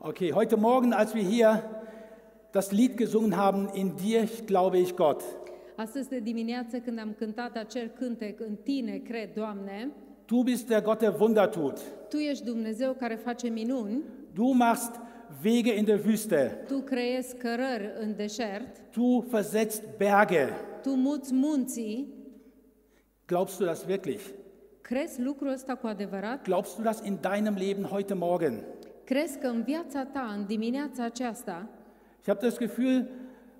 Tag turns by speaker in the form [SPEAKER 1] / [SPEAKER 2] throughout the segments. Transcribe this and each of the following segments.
[SPEAKER 1] Okay, heute Morgen, als wir hier das Lied gesungen haben, in dir glaube ich Gott,
[SPEAKER 2] Astăzi de dimineață când am cântat acel cântec În tine cred, Doamne,
[SPEAKER 1] du bist der Gott, der Wunder tut.
[SPEAKER 2] Tu ești Dumnezeu care face minuni,
[SPEAKER 1] Du machst Wege in der Wüste,
[SPEAKER 2] Tu creezi cărări în deșert,
[SPEAKER 1] du versetzt Berge.
[SPEAKER 2] Tu muți munții.
[SPEAKER 1] Glaubst du das wirklich?
[SPEAKER 2] Crezi lucrul ăsta cu adevărat?
[SPEAKER 1] Glaubst du das in deinem Leben heute Morgen?
[SPEAKER 2] Crezi că în viața ta, în dimineața aceasta,
[SPEAKER 1] Ich habe das Gefühl,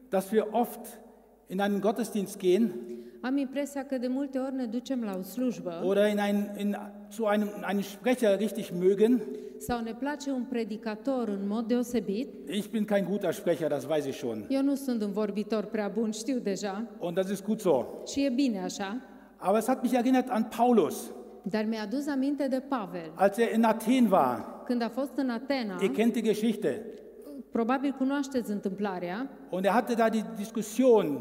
[SPEAKER 1] dass wir oft in einen Gottesdienst gehen
[SPEAKER 2] am impresia că de multe ori ne ducem la o slujbă
[SPEAKER 1] oder in einen, in, zu einem, einen Sprecher richtig mögen.
[SPEAKER 2] sau ne place un predicator în mod deosebit.
[SPEAKER 1] Ich bin kein guter Sprecher, das weiß ich schon.
[SPEAKER 2] Eu nu sunt un vorbitor prea bun, știu deja,
[SPEAKER 1] Und das ist gut so.
[SPEAKER 2] și e bine așa,
[SPEAKER 1] Aber es hat mich erinnert an Paulus,
[SPEAKER 2] dar mi-a adus aminte de Pavel.
[SPEAKER 1] als er in Athen war.
[SPEAKER 2] Când a fost în Atena,
[SPEAKER 1] Ihr kennt die Geschichte.
[SPEAKER 2] probabil cunoașteți întâmplarea,
[SPEAKER 1] Und er hatte da die Diskussion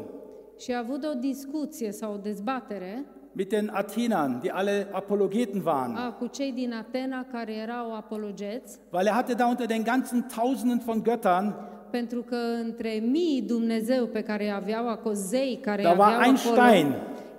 [SPEAKER 2] și a avut o discuție sau o dezbatere
[SPEAKER 1] mit den Athenern, die alle Apologeten waren.
[SPEAKER 2] a, cu cei din Atena care erau apologeți,
[SPEAKER 1] Weil er hatte da unter den ganzen Tausenden von Göttern,
[SPEAKER 2] pentru că între mii Dumnezeu pe care îi aveau acolo, zei care îi
[SPEAKER 1] Da war
[SPEAKER 2] aveau
[SPEAKER 1] ein
[SPEAKER 2] acolo,
[SPEAKER 1] Stein.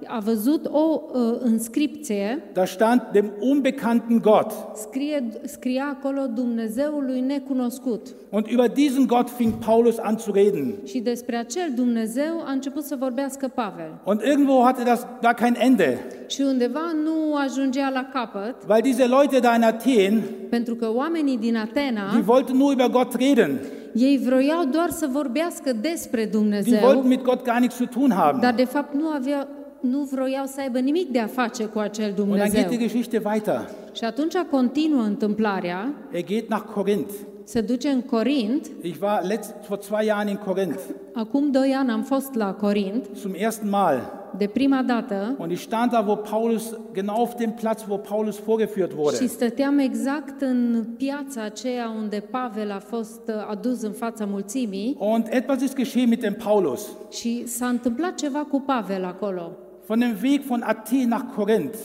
[SPEAKER 2] a văzut o uh, inscripție,
[SPEAKER 1] da stand dem unbekannten Gott.
[SPEAKER 2] scrie, scria acolo Dumnezeului necunoscut.
[SPEAKER 1] Und über diesen Gott fing Paulus an zu reden.
[SPEAKER 2] Și despre acel Dumnezeu a început să vorbească Pavel.
[SPEAKER 1] Und irgendwo hatte das gar kein Ende,
[SPEAKER 2] Și undeva nu ajungea la capăt,
[SPEAKER 1] weil diese Leute da in Athen,
[SPEAKER 2] pentru că oamenii din Atena,
[SPEAKER 1] die wollten nur über Gott reden.
[SPEAKER 2] ei vroiau doar să vorbească despre
[SPEAKER 1] Die
[SPEAKER 2] Dumnezeu,
[SPEAKER 1] wollten mit Gott gar nichts zu tun haben.
[SPEAKER 2] Dar de fapt nu avea nu vroiau să aibă nimic de a face cu acel
[SPEAKER 1] Und dann geht die
[SPEAKER 2] Dumnezeu.
[SPEAKER 1] Geschichte weiter.
[SPEAKER 2] Și atunci continuă întâmplarea,
[SPEAKER 1] Er geht nach Korinth.
[SPEAKER 2] se duce în Corint.
[SPEAKER 1] Ich war letzt, vor zwei Jahren in Korinth
[SPEAKER 2] Acum doi ani am fost la Corint,
[SPEAKER 1] zum ersten Mal.
[SPEAKER 2] de prima dată,
[SPEAKER 1] Und ich stand da, wo Paulus, genau auf dem Platz, wo Paulus vorgeführt
[SPEAKER 2] și
[SPEAKER 1] wurde.
[SPEAKER 2] stăteam exact în piața aceea unde Pavel a fost uh, adus în fața mulțimii
[SPEAKER 1] Und etwas ist geschehen mit dem Paulus.
[SPEAKER 2] și s-a întâmplat ceva cu Pavel acolo.
[SPEAKER 1] Von dem Weg von Athen nach Korinth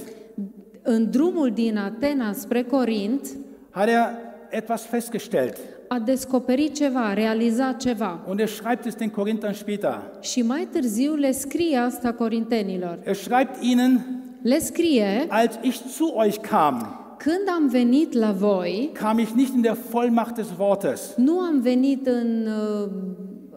[SPEAKER 2] În drumul din Atena spre Corint
[SPEAKER 1] hat er etwas festgestellt.
[SPEAKER 2] a descoperit ceva, a realizat ceva
[SPEAKER 1] Und er schreibt es den Korinthern später.
[SPEAKER 2] și mai târziu le scrie asta corintenilor.
[SPEAKER 1] Er schreibt ihnen,
[SPEAKER 2] Le scrie,
[SPEAKER 1] als ich zu euch kam,
[SPEAKER 2] când am venit la voi,
[SPEAKER 1] kam ich nicht in der Vollmacht des Wortes,
[SPEAKER 2] nu am venit în uh,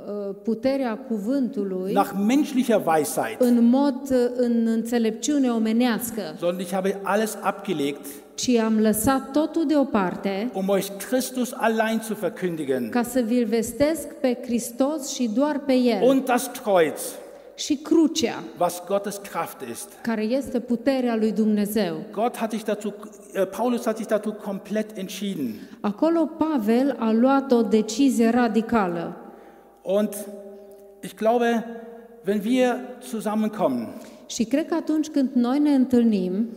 [SPEAKER 2] uh, puterea cuvântului,
[SPEAKER 1] nach menschlicher Weisheit,
[SPEAKER 2] în mod, uh, în înțelepciune omenească,
[SPEAKER 1] sondern ich habe alles abgelegt,
[SPEAKER 2] ci am lăsat totul deoparte
[SPEAKER 1] um euch Christus allein zu verkündigen
[SPEAKER 2] ca să vi-l vestesc pe Hristos și doar pe El
[SPEAKER 1] und das Kreuz,
[SPEAKER 2] și crucea,
[SPEAKER 1] was Gottes Kraft ist.
[SPEAKER 2] care este puterea lui Dumnezeu.
[SPEAKER 1] Gott hat sich dazu, äh, Paulus hat sich dazu komplett entschieden.
[SPEAKER 2] Acolo Pavel a luat o decizie radicală.
[SPEAKER 1] Und ich glaube, wenn wir zusammenkommen,
[SPEAKER 2] Și cred că atunci când noi ne întâlnim,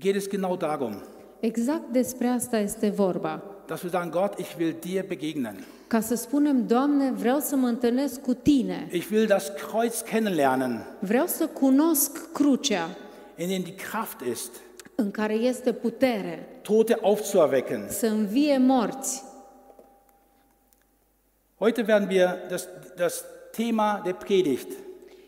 [SPEAKER 1] geht es genau darum,
[SPEAKER 2] exact despre asta este vorba.
[SPEAKER 1] dass wir sagen, Gott, ich will dir begegnen.
[SPEAKER 2] Ca să spunem, Doamne, vreau să mă întâlnesc cu Tine,
[SPEAKER 1] Ich will das Kreuz kennenlernen,
[SPEAKER 2] vreau să cunosc crucea
[SPEAKER 1] in dem die Kraft ist,
[SPEAKER 2] în care este putere,
[SPEAKER 1] Tote aufzuerwecken.
[SPEAKER 2] să învie morți.
[SPEAKER 1] Heute werden wir das, das Thema der Predigt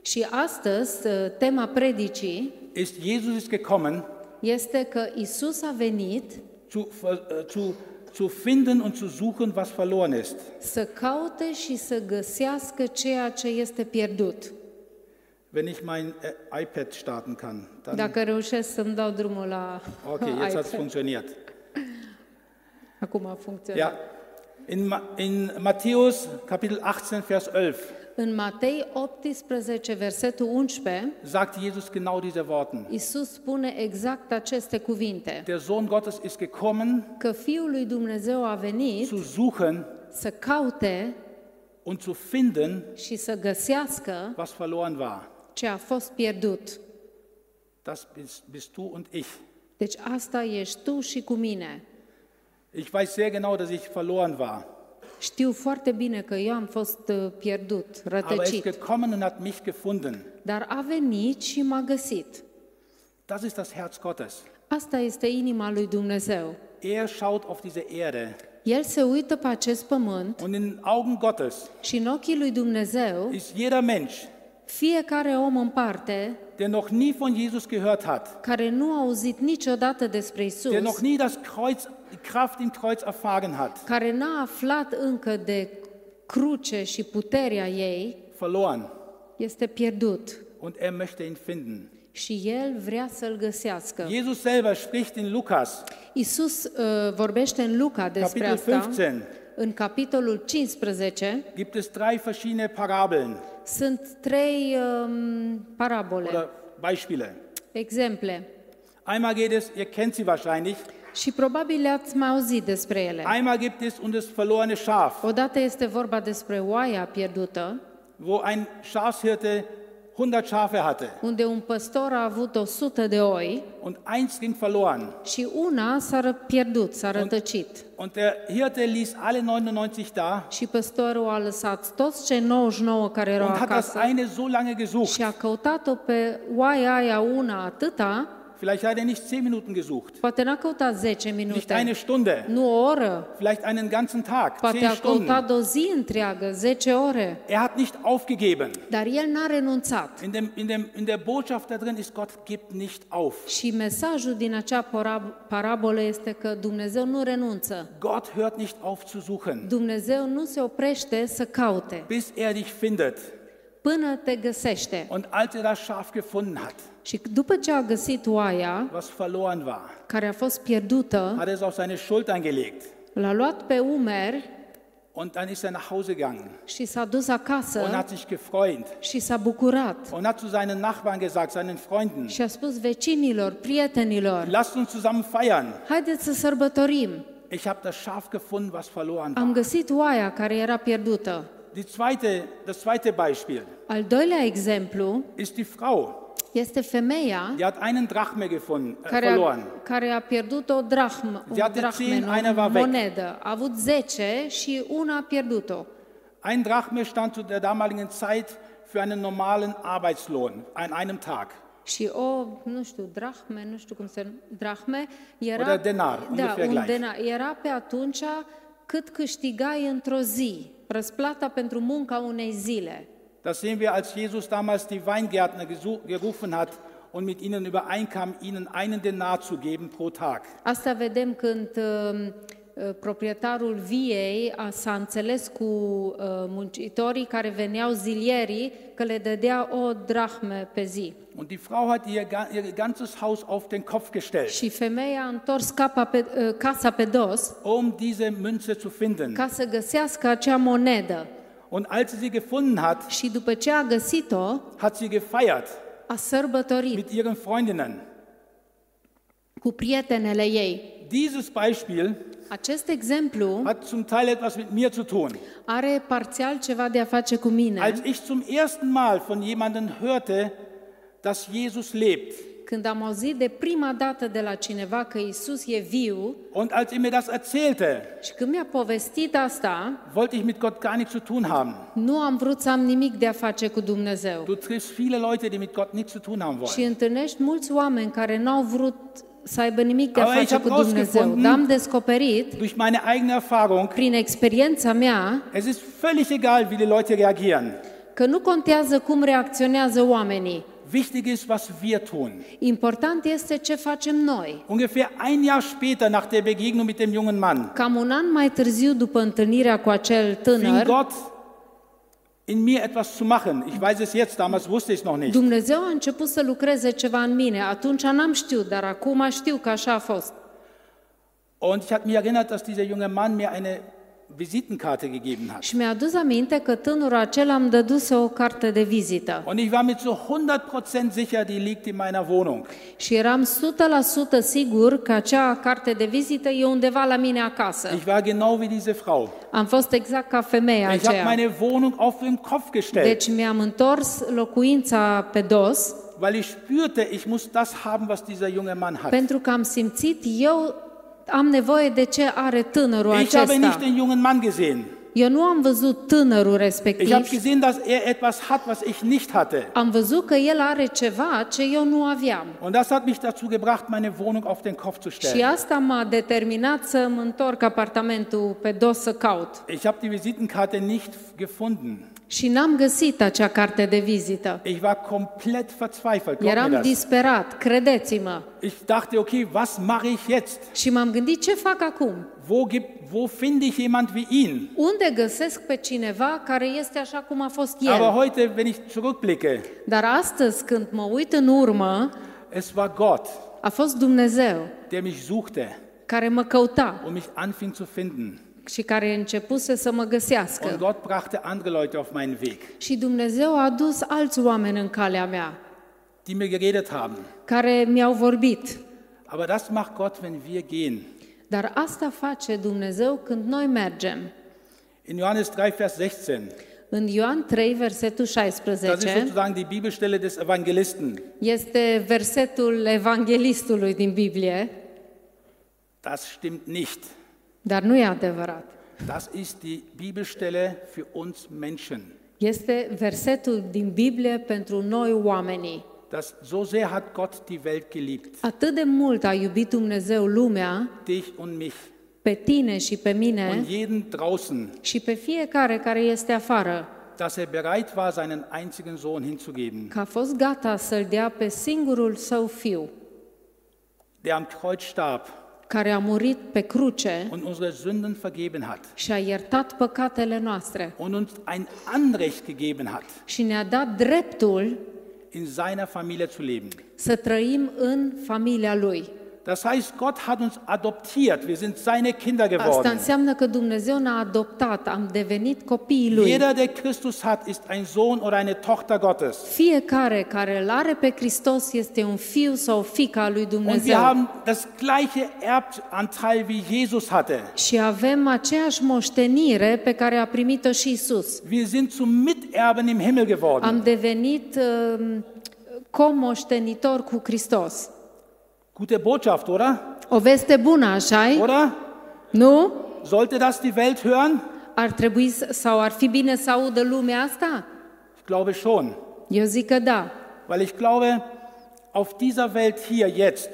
[SPEAKER 2] Și astăzi, ă, tema predicii
[SPEAKER 1] ist, Jesus ist gekommen,
[SPEAKER 2] este că Isus a venit
[SPEAKER 1] zu, ver- äh, zu, zu finden und zu suchen, was verloren ist.
[SPEAKER 2] să caute și să găsească ceea ce este pierdut.
[SPEAKER 1] Wenn ich mein äh, iPad starten kann, dann.
[SPEAKER 2] Dacă reușesc să-mi dau drumul la
[SPEAKER 1] Okay, jetzt hat es
[SPEAKER 2] iPad.
[SPEAKER 1] funktioniert.
[SPEAKER 2] Acum a funcționat.
[SPEAKER 1] Ja. In, Ma- in Matthäus Kapitel 18, Vers 11
[SPEAKER 2] În Matei 18, versetul 11,
[SPEAKER 1] sagt Jesus genau diese Worten.
[SPEAKER 2] Isus spune exact aceste cuvinte.
[SPEAKER 1] Der Sohn Gottes ist gekommen,
[SPEAKER 2] că Fiul lui Dumnezeu a venit
[SPEAKER 1] zu suchen
[SPEAKER 2] să caute
[SPEAKER 1] und zu finden,
[SPEAKER 2] și să găsească
[SPEAKER 1] was verloren war.
[SPEAKER 2] ce a fost pierdut.
[SPEAKER 1] Das bist, bist du und ich.
[SPEAKER 2] Deci asta ești tu și cu mine.
[SPEAKER 1] Ich weiß sehr genau, dass ich verloren war.
[SPEAKER 2] Știu foarte bine că eu am fost uh, pierdut,
[SPEAKER 1] Aber er ist
[SPEAKER 2] rătăcit,
[SPEAKER 1] gekommen und hat mich gefunden.
[SPEAKER 2] dar a venit și m-a găsit.
[SPEAKER 1] Das ist das Herz Gottes.
[SPEAKER 2] Asta este inima lui Dumnezeu.
[SPEAKER 1] Er schaut auf diese Erde
[SPEAKER 2] El se uită pe acest pământ
[SPEAKER 1] Und in den Augen Gottes
[SPEAKER 2] și în ochii lui Dumnezeu,
[SPEAKER 1] ist jeder Mensch,
[SPEAKER 2] fiecare om în parte,
[SPEAKER 1] der noch nie von Jesus gehört hat,
[SPEAKER 2] care nu a auzit niciodată despre
[SPEAKER 1] der
[SPEAKER 2] Isus,
[SPEAKER 1] noch nie das Kreuz, die Kraft im Kreuz erfahren hat,
[SPEAKER 2] care n-a aflat încă de cruce și puterea ei,
[SPEAKER 1] verloren.
[SPEAKER 2] este pierdut
[SPEAKER 1] Und er möchte ihn finden.
[SPEAKER 2] și el vrea să-l găsească.
[SPEAKER 1] Jesus selber spricht in Lukas,
[SPEAKER 2] Isus uh, vorbește în Luca despre
[SPEAKER 1] Kapitel
[SPEAKER 2] asta.
[SPEAKER 1] 15,
[SPEAKER 2] În capitolul 15
[SPEAKER 1] gibt es drei verschiedene Parabeln
[SPEAKER 2] sunt trei um,
[SPEAKER 1] oder
[SPEAKER 2] parabole,
[SPEAKER 1] Beispiele.
[SPEAKER 2] exemple.
[SPEAKER 1] Einmal geht es, ihr kennt sie wahrscheinlich,
[SPEAKER 2] Și probabil ați mai auzit despre ele.
[SPEAKER 1] einmal gibt es um das verlorene Schaf,
[SPEAKER 2] Odată este vorba despre oaia pierdută,
[SPEAKER 1] wo ein Schafshirte 100 Schafe hatte
[SPEAKER 2] unde un păstor a avut 100 de oi
[SPEAKER 1] und eins ging verloren.
[SPEAKER 2] și una s-a ră- pierdut, s-a rătăcit.
[SPEAKER 1] Und der Hirte ließ alle 99 da
[SPEAKER 2] Și păstorul a lăsat toți cei 99 care erau
[SPEAKER 1] und hat das
[SPEAKER 2] acasă
[SPEAKER 1] eine so lange gesucht.
[SPEAKER 2] și a căutat-o pe oaia aia una atâta,
[SPEAKER 1] Vielleicht hat er nicht 10 Minuten gesucht,
[SPEAKER 2] poate n-a căutat 10
[SPEAKER 1] nicht eine
[SPEAKER 2] minute,
[SPEAKER 1] Stunde,
[SPEAKER 2] nu o oră,
[SPEAKER 1] vielleicht einen ganzen Tag,
[SPEAKER 2] poate
[SPEAKER 1] 10
[SPEAKER 2] a
[SPEAKER 1] Stunden.
[SPEAKER 2] căutat o zi întreagă, 10 ore,
[SPEAKER 1] Er hat nicht aufgegeben.
[SPEAKER 2] dar el n-a renunțat.
[SPEAKER 1] In, dem, in, dem, in der Botschaft da drin ist, Gott gibt nicht auf.
[SPEAKER 2] Și mesajul din acea porab- parabolă este că Dumnezeu nu renunță.
[SPEAKER 1] Gott hört nicht auf zu suchen,
[SPEAKER 2] Dumnezeu nu se oprește să caute
[SPEAKER 1] bis er dich findet.
[SPEAKER 2] până te găsește.
[SPEAKER 1] Und als er das Schaf gefunden hat,
[SPEAKER 2] Și după ce a găsit oaia
[SPEAKER 1] was verloren war,
[SPEAKER 2] care a fost pierdută,
[SPEAKER 1] hat er es auf seine Schultern gelegt.
[SPEAKER 2] l-a luat pe umeri
[SPEAKER 1] Und dann ist er nach Hause gegangen
[SPEAKER 2] și s-a dus
[SPEAKER 1] und
[SPEAKER 2] acasă
[SPEAKER 1] hat sich gefreut
[SPEAKER 2] și s-a bucurat
[SPEAKER 1] und hat zu seinen Nachbarn gesagt, seinen Freunden,
[SPEAKER 2] și a spus vecinilor, prietenilor,
[SPEAKER 1] lasst uns zusammen feiern.
[SPEAKER 2] haideți să sărbătorim.
[SPEAKER 1] Ich habe das Schaf gefunden, was verloren
[SPEAKER 2] Am
[SPEAKER 1] war.
[SPEAKER 2] găsit oaia care era pierdută.
[SPEAKER 1] Die zweite, das zweite Beispiel
[SPEAKER 2] Al doilea exemplu
[SPEAKER 1] ist die Frau.
[SPEAKER 2] este femeia
[SPEAKER 1] Die hat einen Drachme gefunden, äh,
[SPEAKER 2] care a,
[SPEAKER 1] verloren.
[SPEAKER 2] care a pierdut o drachmă,
[SPEAKER 1] Ea
[SPEAKER 2] o
[SPEAKER 1] de țin,
[SPEAKER 2] drachme,
[SPEAKER 1] aina va
[SPEAKER 2] o
[SPEAKER 1] vechi.
[SPEAKER 2] monedă. A avut 10 și una a pierdut-o.
[SPEAKER 1] Ein Drachme stand zu der damaligen Zeit für einen normalen Arbeitslohn an einem Tag.
[SPEAKER 2] Și o, nu știu, drahme, nu știu cum se drahme, era,
[SPEAKER 1] Ora denar,
[SPEAKER 2] da,
[SPEAKER 1] ungefähr
[SPEAKER 2] un
[SPEAKER 1] gleich.
[SPEAKER 2] denar, era pe atunci cât câștigai într-o zi, răsplata pentru munca unei zile.
[SPEAKER 1] Das sehen wir, als Jesus damals die Weingärtner gesu- gerufen hat und mit ihnen übereinkam, ihnen einen Denar zu geben pro Tag.
[SPEAKER 2] Asta vedem când uh, uh, proprietarul viei a, s-a înțeles cu uh, muncitorii care veneau zilierii că le dădea o drahme pe zi.
[SPEAKER 1] Und die Frau hat ihr, ga- ihr ganzes Haus auf den Kopf gestellt,
[SPEAKER 2] Și femeia a întors capa pe, uh, casa pe dos
[SPEAKER 1] um diese Münze zu finden.
[SPEAKER 2] ca să găsească acea monedă.
[SPEAKER 1] Und als sie sie gefunden hat,
[SPEAKER 2] Și după ce a găsit-o,
[SPEAKER 1] hat sie gefeiert
[SPEAKER 2] a sărbătorit
[SPEAKER 1] mit ihren Freundinnen.
[SPEAKER 2] cu prietenele ei.
[SPEAKER 1] Dieses Beispiel
[SPEAKER 2] Acest exemplu
[SPEAKER 1] hat zum Teil etwas mit mir zu tun.
[SPEAKER 2] are parțial ceva de a face cu mine.
[SPEAKER 1] Als ich zum ersten Mal von jemandem hörte, dass Jesus lebt
[SPEAKER 2] Când am auzit de prima dată de la cineva că Isus e viu
[SPEAKER 1] und als er mir das erzählte,
[SPEAKER 2] și când mi-a povestit asta,
[SPEAKER 1] wollte ich mit Gott gar nichts zu tun haben.
[SPEAKER 2] nu am vrut să am nimic de a face cu Dumnezeu.
[SPEAKER 1] Du triffst viele Leute, die mit Gott nichts zu tun haben
[SPEAKER 2] Și
[SPEAKER 1] wollen.
[SPEAKER 2] întâlnești mulți oameni care n-au vrut să aibă nimic de a
[SPEAKER 1] Au, aici
[SPEAKER 2] face
[SPEAKER 1] am
[SPEAKER 2] cu Dumnezeu.
[SPEAKER 1] rausgefunden-
[SPEAKER 2] Dar am descoperit,
[SPEAKER 1] Durch meine eigene Erfahrung,
[SPEAKER 2] prin experiența mea,
[SPEAKER 1] es ist völlig egal, wie die Leute reagieren.
[SPEAKER 2] că nu contează cum reacționează oamenii.
[SPEAKER 1] Wichtig ist, was wir tun.
[SPEAKER 2] Important este ce facem noi.
[SPEAKER 1] Ungefähr ein Jahr später, nach der Begegnung mit dem jungen Mann,
[SPEAKER 2] Cam un an mai târziu, după întâlnirea cu acel
[SPEAKER 1] fing
[SPEAKER 2] tânăr,
[SPEAKER 1] Gott in mir etwas zu machen. Ich weiß es jetzt, damals wusste ich es noch nicht.
[SPEAKER 2] Dumnezeu a început să lucreze ceva în mine. Atunci n-am știut, dar acum știu că așa a fost.
[SPEAKER 1] Und ich habe mich erinnert, dass dieser junge Mann mir eine Visitenkarte gegeben hat.
[SPEAKER 2] Și mi-a adus aminte că tânărul acela îmi dăduse o carte de vizită.
[SPEAKER 1] Und ich war mir zu 100% sicher, die liegt in meiner Wohnung.
[SPEAKER 2] Și eram 100% sigur că acea carte de vizită e undeva la mine acasă.
[SPEAKER 1] Ich war genau wie diese Frau.
[SPEAKER 2] Am fost exact ca femeia
[SPEAKER 1] Ich habe
[SPEAKER 2] aceea.
[SPEAKER 1] meine Wohnung auf den Kopf gestellt,
[SPEAKER 2] Deci mi-am întors locuința pe dos
[SPEAKER 1] weil ich spürte, ich muss das haben, was dieser junge Mann hat.
[SPEAKER 2] pentru că am simțit eu am nevoie de ce are tânărul
[SPEAKER 1] Ich habe nicht
[SPEAKER 2] acesta.
[SPEAKER 1] den jungen Mann gesehen.
[SPEAKER 2] Eu nu am văzut tânărul
[SPEAKER 1] Ich habe
[SPEAKER 2] respectiv.
[SPEAKER 1] gesehen, dass er etwas hat, was ich nicht hatte.
[SPEAKER 2] Am văzut că el are ceva ce eu nu aveam.
[SPEAKER 1] Und das hat mich dazu gebracht, meine Wohnung auf den Kopf zu
[SPEAKER 2] Și
[SPEAKER 1] stellen.
[SPEAKER 2] asta m-a determinat să îmi întorc apartamentul pe dos să caut.
[SPEAKER 1] Ich habe die Visitenkarte nicht gefunden.
[SPEAKER 2] Și n-am găsit acea carte de vizită.
[SPEAKER 1] Ich war komplett verzweifelt. Glaubt mir
[SPEAKER 2] Eram
[SPEAKER 1] das.
[SPEAKER 2] disperat, credeți-mă.
[SPEAKER 1] Ich dachte, okay, was mache ich jetzt?
[SPEAKER 2] Și m-am gândit ce fac acum.
[SPEAKER 1] Wo, gibt, wo finde ich jemand wie ihn?
[SPEAKER 2] Unde găsesc pe cineva care este așa cum a fost
[SPEAKER 1] Aber
[SPEAKER 2] el?
[SPEAKER 1] heute, wenn ich zurückblicke,
[SPEAKER 2] Dar astăzi, când mă uit în urmă,
[SPEAKER 1] es war Gott,
[SPEAKER 2] a fost Dumnezeu
[SPEAKER 1] der mich suchte
[SPEAKER 2] care mă căuta
[SPEAKER 1] und mich anfing zu finden.
[SPEAKER 2] și care începuse să mă
[SPEAKER 1] Und
[SPEAKER 2] găsească.
[SPEAKER 1] Gott brachte andere Leute auf meinen Weg,
[SPEAKER 2] Și Dumnezeu a adus alți oameni în calea mea,
[SPEAKER 1] die mir geredet haben.
[SPEAKER 2] care mi-au vorbit.
[SPEAKER 1] Aber das macht Gott, wenn wir gehen.
[SPEAKER 2] Dar asta face Dumnezeu când noi mergem.
[SPEAKER 1] In Johannes 3, Vers 16,
[SPEAKER 2] În Ioan 3, versetul
[SPEAKER 1] das ist
[SPEAKER 2] 16,
[SPEAKER 1] sozusagen die Bibelstelle des Evangelisten.
[SPEAKER 2] este versetul evanghelistului din Biblie,
[SPEAKER 1] Das stimmt nicht.
[SPEAKER 2] dar nu e adevărat.
[SPEAKER 1] Das ist die Bibelstelle für uns Menschen.
[SPEAKER 2] Este versetul din Biblie pentru noi oamenii.
[SPEAKER 1] Das, so sehr hat Gott die Welt geliebt,
[SPEAKER 2] Atât de mult a iubit Dumnezeu lumea,
[SPEAKER 1] dich und mich
[SPEAKER 2] pe tine și pe
[SPEAKER 1] und
[SPEAKER 2] mine
[SPEAKER 1] jeden draußen,
[SPEAKER 2] și pe fiecare care este afară,
[SPEAKER 1] dass er bereit war, seinen einzigen Sohn hinzugeben,
[SPEAKER 2] că a fost gata să-l dea pe singurul său fiu,
[SPEAKER 1] der am Kreuz starb
[SPEAKER 2] care a murit pe cruce
[SPEAKER 1] und unsere Sünden vergeben hat
[SPEAKER 2] și a iertat păcatele noastre
[SPEAKER 1] und uns ein Anrecht gegeben hat,
[SPEAKER 2] și ne-a dat dreptul
[SPEAKER 1] in seiner Familie zu leben.
[SPEAKER 2] să trăim în familia lui.
[SPEAKER 1] Das heißt, Gott hat uns adoptiert, wir sind seine Kinder
[SPEAKER 2] Asta
[SPEAKER 1] geworden.
[SPEAKER 2] înseamnă că Dumnezeu ne-a adoptat, am devenit copiii lui.
[SPEAKER 1] Jeder, der Christus hat, ist ein Sohn oder eine Tochter Gottes.
[SPEAKER 2] Fiecare care îl are pe Hristos este un fiu sau o fică a lui
[SPEAKER 1] Und wir
[SPEAKER 2] Dumnezeu.
[SPEAKER 1] haben das gleiche Erbanteil, wie Jesus hatte.
[SPEAKER 2] Și avem aceeași moștenire pe care a primit-o și Isus.
[SPEAKER 1] Wir sind zum Miterben im Himmel geworden.
[SPEAKER 2] Am devenit um, comoștenitor cu Hristos.
[SPEAKER 1] Gute Botschaft, oder?
[SPEAKER 2] O veste bună, așa -i?
[SPEAKER 1] Oder?
[SPEAKER 2] Nu?
[SPEAKER 1] Sollte das die Welt hören?
[SPEAKER 2] Ar trebui s- sau ar fi bine să audă lumea asta?
[SPEAKER 1] Ich glaube schon.
[SPEAKER 2] Eu zic că da.
[SPEAKER 1] Weil ich glaube, auf dieser Welt hier jetzt,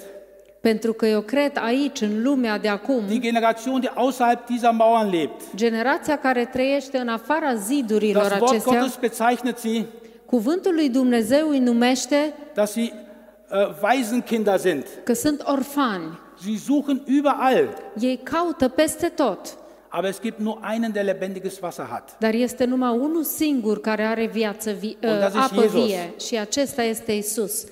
[SPEAKER 2] Pentru că eu cred aici, în lumea de acum,
[SPEAKER 1] die Generation, die außerhalb dieser Mauern lebt,
[SPEAKER 2] generația care trăiește în afara zidurilor
[SPEAKER 1] das Wort
[SPEAKER 2] acestea,
[SPEAKER 1] Gottes bezeichnet sie,
[SPEAKER 2] cuvântul lui Dumnezeu îi numește
[SPEAKER 1] dass sie äh, Waisenkinder sind.
[SPEAKER 2] că sunt orfani.
[SPEAKER 1] Sie suchen überall,
[SPEAKER 2] Ei caută peste tot,
[SPEAKER 1] aber es gibt nur einen, der lebendiges Wasser hat.
[SPEAKER 2] dar este numai unul singur care are viață vi-
[SPEAKER 1] Und das ist
[SPEAKER 2] apă
[SPEAKER 1] Jesus.
[SPEAKER 2] vie și acesta este Isus.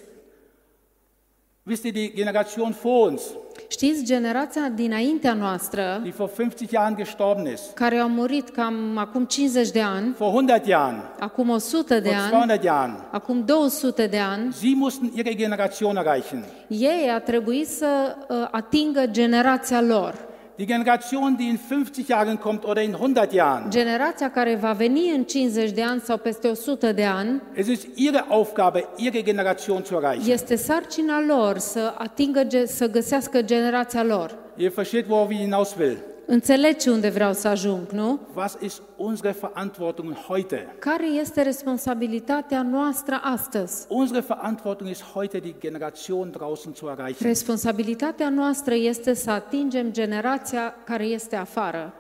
[SPEAKER 1] Wisst ihr, die Generation vor uns,
[SPEAKER 2] Știți, generația dinaintea noastră,
[SPEAKER 1] die vor 50 Jahren gestorben ist,
[SPEAKER 2] care au murit cam acum 50 de ani,
[SPEAKER 1] vor 100 Jahren,
[SPEAKER 2] acum 100 de
[SPEAKER 1] vor
[SPEAKER 2] ani,
[SPEAKER 1] 200 Jahren,
[SPEAKER 2] acum 200 de ani,
[SPEAKER 1] Sie mussten ihre Generation erreichen.
[SPEAKER 2] ei a trebuit să uh, atingă generația lor.
[SPEAKER 1] Die Generation, die in 50 Jahren kommt oder in 100 Jahren.
[SPEAKER 2] Generația care va veni în 50 de ani sau peste 100 de ani,
[SPEAKER 1] Es ist ihre Aufgabe, ihre Generation zu erreichen.
[SPEAKER 2] este sarcina lor să atingă, ge- să găsească generația lor.
[SPEAKER 1] Ihr versteht, worauf ich hinaus will.
[SPEAKER 2] Înțelegi unde vreau să ajung, nu?
[SPEAKER 1] Was ist unsere Verantwortung heute?
[SPEAKER 2] Care este responsabilitatea noastră astăzi?
[SPEAKER 1] Unsere Verantwortung ist heute, die Generation draußen zu erreichen.
[SPEAKER 2] Responsabilitatea noastră este să atingem generația care este afară.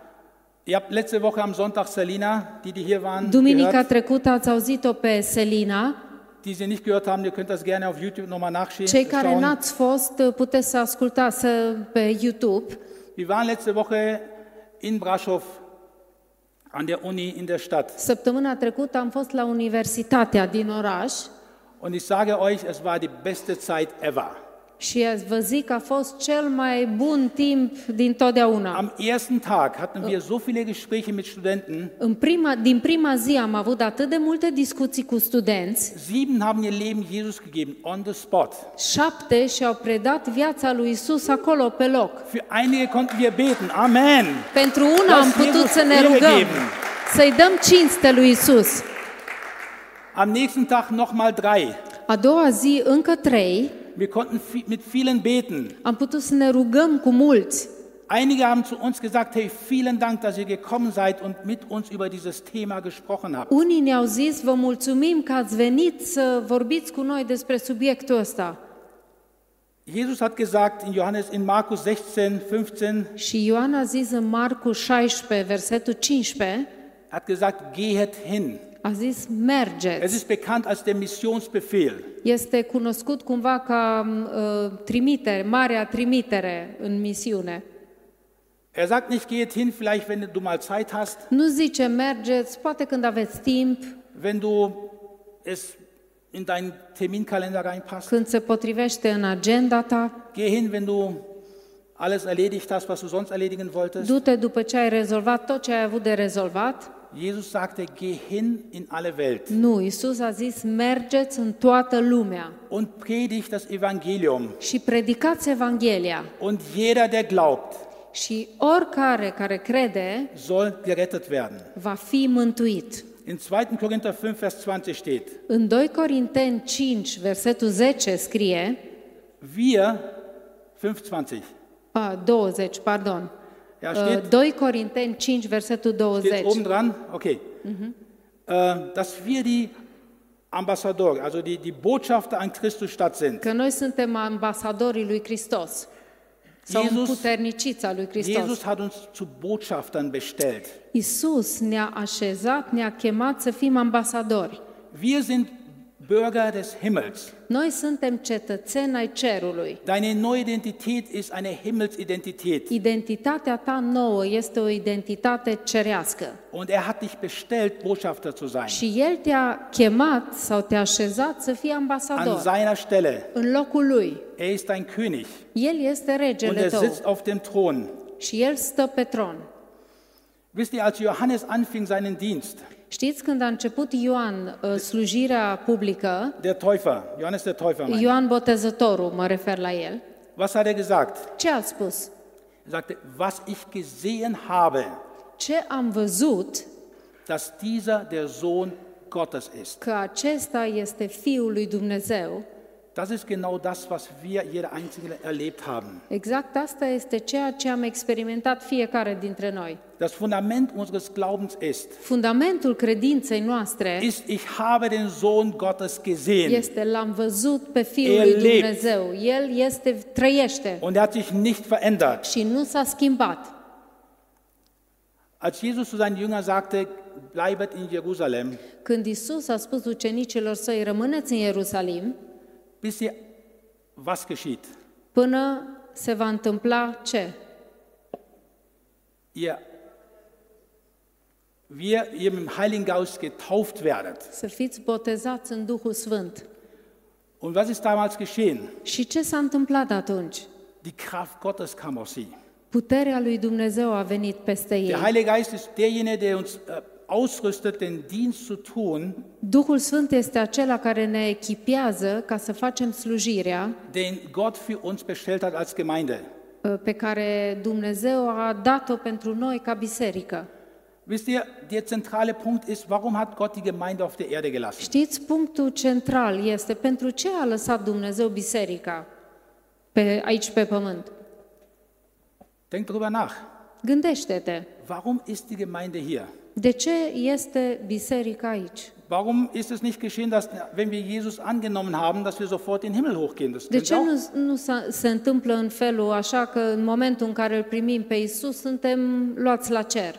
[SPEAKER 1] Ihr habt letzte Woche am Sonntag Selina, die, die hier waren,
[SPEAKER 2] Duminica
[SPEAKER 1] gehört.
[SPEAKER 2] trecută ați auzit-o pe Selina.
[SPEAKER 1] Die sie nicht gehört haben, ihr könnt das gerne auf YouTube nochmal
[SPEAKER 2] Cei care
[SPEAKER 1] nachschauen.
[SPEAKER 2] n-ați fost, uh, puteți să ascultați să- pe YouTube.
[SPEAKER 1] Wir waren letzte Woche in Braschow an der Uni in der Stadt.
[SPEAKER 2] Săptămâna trecută am fost la universitatea din oraș
[SPEAKER 1] Und ich sage euch, es war die beste Zeit ever.
[SPEAKER 2] și vă zic că a fost cel mai bun timp din totdeauna.
[SPEAKER 1] Am ersten Tag hatten wir so viele Gespräche mit Studenten.
[SPEAKER 2] În prima, din prima zi am avut atât de multe discuții cu studenți,
[SPEAKER 1] Sieben haben ihr Leben Jesus gegeben, on the spot.
[SPEAKER 2] șapte și-au predat viața lui Isus acolo pe loc.
[SPEAKER 1] Für einige konnten wir beten. Amen.
[SPEAKER 2] Pentru una am
[SPEAKER 1] Lasă-i
[SPEAKER 2] putut
[SPEAKER 1] Iisus
[SPEAKER 2] să ne
[SPEAKER 1] ele
[SPEAKER 2] rugăm,
[SPEAKER 1] geben.
[SPEAKER 2] să-i dăm cinste lui Isus.
[SPEAKER 1] Am nächsten Tag nochmal drei.
[SPEAKER 2] A doua zi, încă trei,
[SPEAKER 1] Wir konnten vi- mit vielen beten.
[SPEAKER 2] am putut să ne rugăm cu mulți.
[SPEAKER 1] Einige haben zu uns gesagt, hey, vielen Dank, dass ihr gekommen seid und mit uns über dieses Thema gesprochen habt.
[SPEAKER 2] Unii ne-au zis, vă mulțumim că ați venit să vorbiți cu noi despre subiectul ăsta.
[SPEAKER 1] Jesus hat gesagt in Johannes in Markus 16, 15,
[SPEAKER 2] Și Ioan a zis în Marcu 16, versetul 15,
[SPEAKER 1] hat gesagt, gehet hin.
[SPEAKER 2] a zis
[SPEAKER 1] Es
[SPEAKER 2] mergeți.
[SPEAKER 1] ist bekannt als der Missionsbefehl.
[SPEAKER 2] Este cunoscut cumva ca uh, trimitere, marea trimitere în misiune.
[SPEAKER 1] Er sagt nicht, gehet hin, vielleicht wenn du mal Zeit hast,
[SPEAKER 2] Nu zice mergeți, poate când aveți timp,
[SPEAKER 1] wenn du es in deinen Terminkalender reinpasst.
[SPEAKER 2] când se potrivește în agenda ta,
[SPEAKER 1] Geh hin, wenn du alles erledigt hast, was du sonst erledigen wolltest.
[SPEAKER 2] du-te după ce ai rezolvat tot ce ai avut de rezolvat.
[SPEAKER 1] Jesus sagte, geh hin in alle Welt
[SPEAKER 2] Nu, Isus a zis mergeți în toată lumea
[SPEAKER 1] und predigt das Evangelium.
[SPEAKER 2] și predicați Evanghelia
[SPEAKER 1] Und jeder, der glaubt,
[SPEAKER 2] și oricare care crede
[SPEAKER 1] soll gerettet werden.
[SPEAKER 2] va fi mântuit.
[SPEAKER 1] In 2. Korinther 5, Vers 20 steht,
[SPEAKER 2] În 2 Corinteni 5, versetul 10 scrie,
[SPEAKER 1] wir, 5,20,
[SPEAKER 2] a, 20, pardon,
[SPEAKER 1] ja,
[SPEAKER 2] Uh,
[SPEAKER 1] steht,
[SPEAKER 2] 2 Corinteni 5, versetul
[SPEAKER 1] steht
[SPEAKER 2] 20.
[SPEAKER 1] oben dran, okay, äh, dass wir die Ambassador, also die, die Botschafter an Christus statt sind.
[SPEAKER 2] Că noi suntem ambasadorii lui Hristos. Sau
[SPEAKER 1] Jesus-
[SPEAKER 2] puternicița lui Hristos.
[SPEAKER 1] Jesus hat uns zu Botschaftern bestellt.
[SPEAKER 2] Isus ne-a așezat, ne-a chemat să fim ambasadori.
[SPEAKER 1] Wir sind Bürger des Himmels.
[SPEAKER 2] Noi suntem cetățeni ai cerului.
[SPEAKER 1] Deine neue Identität ist eine Himmelsidentität.
[SPEAKER 2] Identitatea ta nouă este o identitate cerească.
[SPEAKER 1] Und er hat dich bestellt, Botschafter zu sein.
[SPEAKER 2] Și El te-a chemat sau te-a așezat să fii
[SPEAKER 1] An
[SPEAKER 2] ambasador
[SPEAKER 1] seiner Stelle.
[SPEAKER 2] în locul Lui.
[SPEAKER 1] Er ist dein König.
[SPEAKER 2] El este
[SPEAKER 1] Und
[SPEAKER 2] regele
[SPEAKER 1] er
[SPEAKER 2] tău
[SPEAKER 1] sitzt auf dem Thron.
[SPEAKER 2] și El stă pe tron.
[SPEAKER 1] Wisst ihr, als Johannes anfing seinen Dienst,
[SPEAKER 2] Știți când a început Ioan uh, slujirea publică,
[SPEAKER 1] der Täufer, Johannes der Täufer, meine, ich,
[SPEAKER 2] Ioan Botezătorul, mă refer la el,
[SPEAKER 1] was hat er gesagt?
[SPEAKER 2] ce a spus?
[SPEAKER 1] Er sagte, was ich gesehen habe,
[SPEAKER 2] Ce am văzut
[SPEAKER 1] dass dieser der Sohn Gottes ist.
[SPEAKER 2] că acesta este Fiul lui Dumnezeu,
[SPEAKER 1] Das ist genau das, was wir jeder Einzelne erlebt haben.
[SPEAKER 2] exact asta este ceea ce am experimentat fiecare dintre noi.
[SPEAKER 1] Das Fundament unseres Glaubens ist,
[SPEAKER 2] Fundamentul credinței noastre
[SPEAKER 1] ist, ich habe den Sohn Gottes gesehen
[SPEAKER 2] este l-am văzut pe Fiul
[SPEAKER 1] El
[SPEAKER 2] lui
[SPEAKER 1] live.
[SPEAKER 2] Dumnezeu. El este trăiește
[SPEAKER 1] und er hat sich nicht verändert.
[SPEAKER 2] și nu s-a schimbat.
[SPEAKER 1] Als Jesus zu seinen Jüngern sagte, bleibet in Jerusalem,
[SPEAKER 2] Când Isus a spus ucenicilor săi, rămâneți în Ierusalim,
[SPEAKER 1] wisst ihr, was geschieht?
[SPEAKER 2] până se va întâmpla ce?
[SPEAKER 1] ihr, wir, ihr mit dem Heiligen Geist getauft werdet.
[SPEAKER 2] Să fiți botezați în Duhul Sfânt.
[SPEAKER 1] Und was ist damals geschehen?
[SPEAKER 2] Și ce s-a întâmplat atunci?
[SPEAKER 1] Die Kraft Gottes kam auf sie.
[SPEAKER 2] Puterea lui Dumnezeu a venit peste
[SPEAKER 1] Der
[SPEAKER 2] ei.
[SPEAKER 1] Heilige Geist ist derjenige, der uns äh, ausrüstet, den Dienst zu tun,
[SPEAKER 2] Duhul Sfânt este acela care ne echipează ca să facem slujirea
[SPEAKER 1] den Gott für uns bestellt hat als Gemeinde.
[SPEAKER 2] uh, pe care Dumnezeu a dat-o pentru noi ca biserică.
[SPEAKER 1] Wisst ihr, der zentrale Punkt ist, warum hat Gott die Gemeinde auf der Erde gelassen?
[SPEAKER 2] Știți, punctul central este pentru ce a lăsat Dumnezeu biserica pe, aici pe pământ.
[SPEAKER 1] Denkt darüber nach.
[SPEAKER 2] Gândește-te,
[SPEAKER 1] Warum ist die Gemeinde hier?
[SPEAKER 2] de ce este biserica aici?
[SPEAKER 1] Warum ist es nicht geschehen, dass, wenn wir Jesus angenommen haben, dass wir sofort in den Himmel hochgehen? Das
[SPEAKER 2] De
[SPEAKER 1] könnte
[SPEAKER 2] ce
[SPEAKER 1] auch
[SPEAKER 2] nu, nu s-a- se întâmplă în felul așa că în momentul în care îl primim pe Isus suntem luați la cer?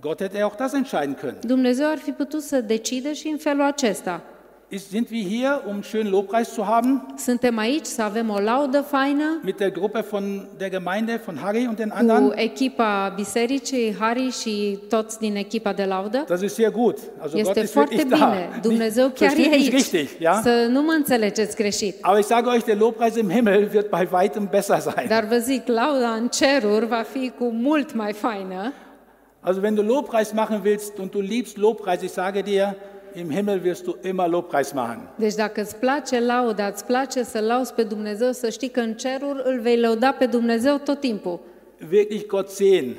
[SPEAKER 1] Gott hätte auch das entscheiden können.
[SPEAKER 2] Dumnezeu ar fi putut să decide și în felul acesta.
[SPEAKER 1] Ist, sind wir hier, um einen schönen Lobpreis zu haben
[SPEAKER 2] Suntem aici să avem o laudă faină
[SPEAKER 1] mit der Gruppe von der Gemeinde, von Harry und den
[SPEAKER 2] cu
[SPEAKER 1] anderen?
[SPEAKER 2] echipa bisericii, Harry și toți din echipa de laudă.
[SPEAKER 1] Das ist sehr gut. Also Gott
[SPEAKER 2] Este
[SPEAKER 1] ist
[SPEAKER 2] foarte
[SPEAKER 1] wirklich da.
[SPEAKER 2] bine. Dumnezeu
[SPEAKER 1] Nicht,
[SPEAKER 2] chiar e
[SPEAKER 1] versteht mich
[SPEAKER 2] aici.
[SPEAKER 1] richtig, ja?
[SPEAKER 2] Să nu mă înțelegeți greșit.
[SPEAKER 1] Aber ich sage euch, der Lobpreis im Himmel wird bei weitem besser sein.
[SPEAKER 2] Dar vă zic, lauda în ceruri va fi cu mult mai faină.
[SPEAKER 1] Also wenn du Lobpreis machen willst und du liebst Lobpreis, ich sage dir, im Himmel wirst du immer Lobpreis machen.
[SPEAKER 2] Deci dacă îți place lauda, îți place să lauzi pe Dumnezeu, să știi că în ceruri îl vei lăuda pe Dumnezeu tot timpul.
[SPEAKER 1] Wirklich Gott sehen.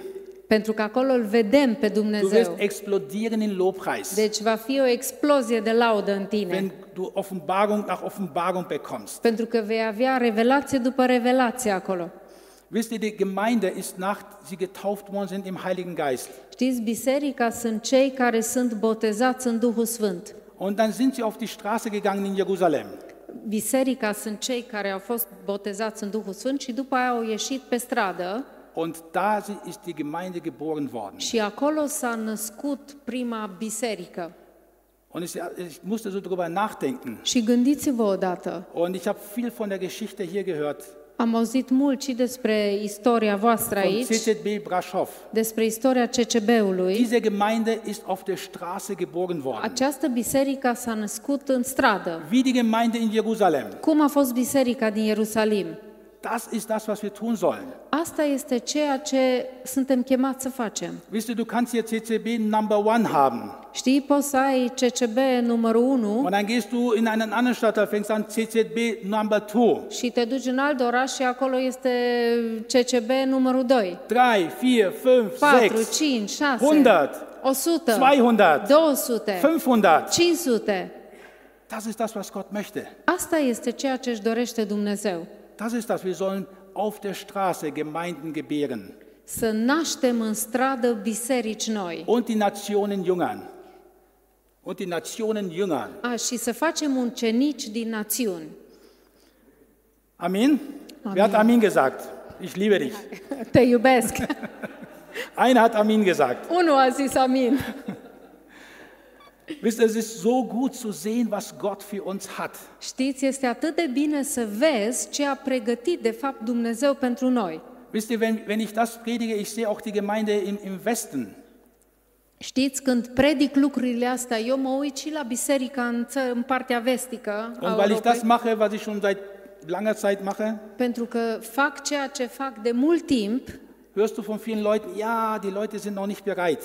[SPEAKER 2] Pentru că acolo îl vedem pe
[SPEAKER 1] Du wirst
[SPEAKER 2] Dumnezeu.
[SPEAKER 1] explodieren in Lobpreis,
[SPEAKER 2] Deci va fi o explozie de laudă în tine.
[SPEAKER 1] wenn du Offenbarung nach Offenbarung bekommst.
[SPEAKER 2] Pentru că vei avea revelație după revelație acolo.
[SPEAKER 1] Wisst ihr, die Gemeinde ist nach sie getauft worden sind im Heiligen Geist.
[SPEAKER 2] Știți, biserica sunt cei care sunt botezați în Duhul Sfânt.
[SPEAKER 1] Und dann sind sie auf die Straße gegangen in Jerusalem.
[SPEAKER 2] Biserica sunt cei care au fost botezați în Duhul Sfânt și după aia au ieșit pe stradă
[SPEAKER 1] Und da sie- ist die Gemeinde geboren worden.
[SPEAKER 2] și acolo s-a născut prima biserică.
[SPEAKER 1] Und ich, ich musste so drüber nachdenken.
[SPEAKER 2] Și gândiți-vă odată,
[SPEAKER 1] Und ich habe viel von der Geschichte hier gehört.
[SPEAKER 2] am auzit mult și despre istoria voastră
[SPEAKER 1] Von
[SPEAKER 2] aici,
[SPEAKER 1] CZB Braschow.
[SPEAKER 2] despre istoria CCB-ului.
[SPEAKER 1] Diese Gemeinde ist auf der Straße geboren worden.
[SPEAKER 2] Această biserică s-a născut în stradă.
[SPEAKER 1] Wie die Gemeinde in Jerusalem.
[SPEAKER 2] Cum a fost biserica din Ierusalim?
[SPEAKER 1] Das ist das, was wir tun sollen.
[SPEAKER 2] Asta este ceea ce suntem chemați să facem.
[SPEAKER 1] Wisst ihr, du kannst hier CCB Number One haben.
[SPEAKER 2] Știi, poți să ai CCB numărul 1
[SPEAKER 1] Und dann gehst du in einen anderen Stadtteil, fängst an CZB Number 2.
[SPEAKER 2] și te duci în alt oraș și acolo este CCB numărul 2.
[SPEAKER 1] 3, 4, 5,
[SPEAKER 2] 4,
[SPEAKER 1] 6,
[SPEAKER 2] 5, 6,
[SPEAKER 1] 100,
[SPEAKER 2] 100,
[SPEAKER 1] 200,
[SPEAKER 2] 200,
[SPEAKER 1] 500.
[SPEAKER 2] 500.
[SPEAKER 1] Das ist das, was Gott möchte.
[SPEAKER 2] Asta este ceea ce își dorește Dumnezeu.
[SPEAKER 1] Das ist das. Wir sollen auf der Straße Gemeinden gebären
[SPEAKER 2] Să naștem în stradă biserici noi.
[SPEAKER 1] und die Nationen jüngern. Und die Nationen jüngern.
[SPEAKER 2] A, și să facem ucenici din națiuni.
[SPEAKER 1] Amen? Wer hat Amen gesagt? Ich liebe dich.
[SPEAKER 2] Te iubesc.
[SPEAKER 1] Einer hat Amen gesagt.
[SPEAKER 2] Unul a zis amin.
[SPEAKER 1] Wisst ihr, es ist so gut zu sehen, was Gott für uns hat.
[SPEAKER 2] Știți, este atât de bine să vezi ce a pregătit de fapt Dumnezeu pentru noi.
[SPEAKER 1] Wisst ihr, wenn, wenn ich das predige, ich sehe auch die Gemeinde im, im Westen.
[SPEAKER 2] Știți, când predic lucrurile astea, eu mă uit și la biserica în, ță- în partea vestică a
[SPEAKER 1] Und weil ich das
[SPEAKER 2] Europei,
[SPEAKER 1] mache, was ich schon seit langer Zeit mache,
[SPEAKER 2] pentru că fac ceea ce fac de mult timp,
[SPEAKER 1] hörst du von vielen Leuten, ja, die Leute sind noch nicht bereit.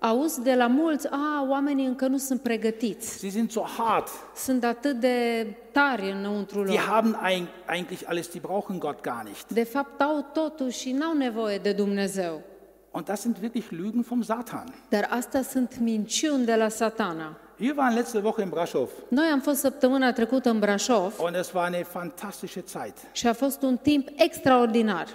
[SPEAKER 2] auzi de la mulți, a, oamenii încă nu sunt pregătiți,
[SPEAKER 1] Sie sind so hart.
[SPEAKER 2] sunt atât de tari înăuntru
[SPEAKER 1] Die
[SPEAKER 2] lor.
[SPEAKER 1] haben ein, eigentlich alles, die brauchen Gott gar nicht.
[SPEAKER 2] De fapt, au totul și n-au nevoie de Dumnezeu.
[SPEAKER 1] Und das sind wirklich Lügen vom Satan.
[SPEAKER 2] Dar astea sunt minciuni de la satana.
[SPEAKER 1] Wir waren letzte Woche in Braschow
[SPEAKER 2] Noi am fost săptămâna trecută în Brașov
[SPEAKER 1] und es war eine fantastische Zeit.
[SPEAKER 2] și a fost un timp extraordinar.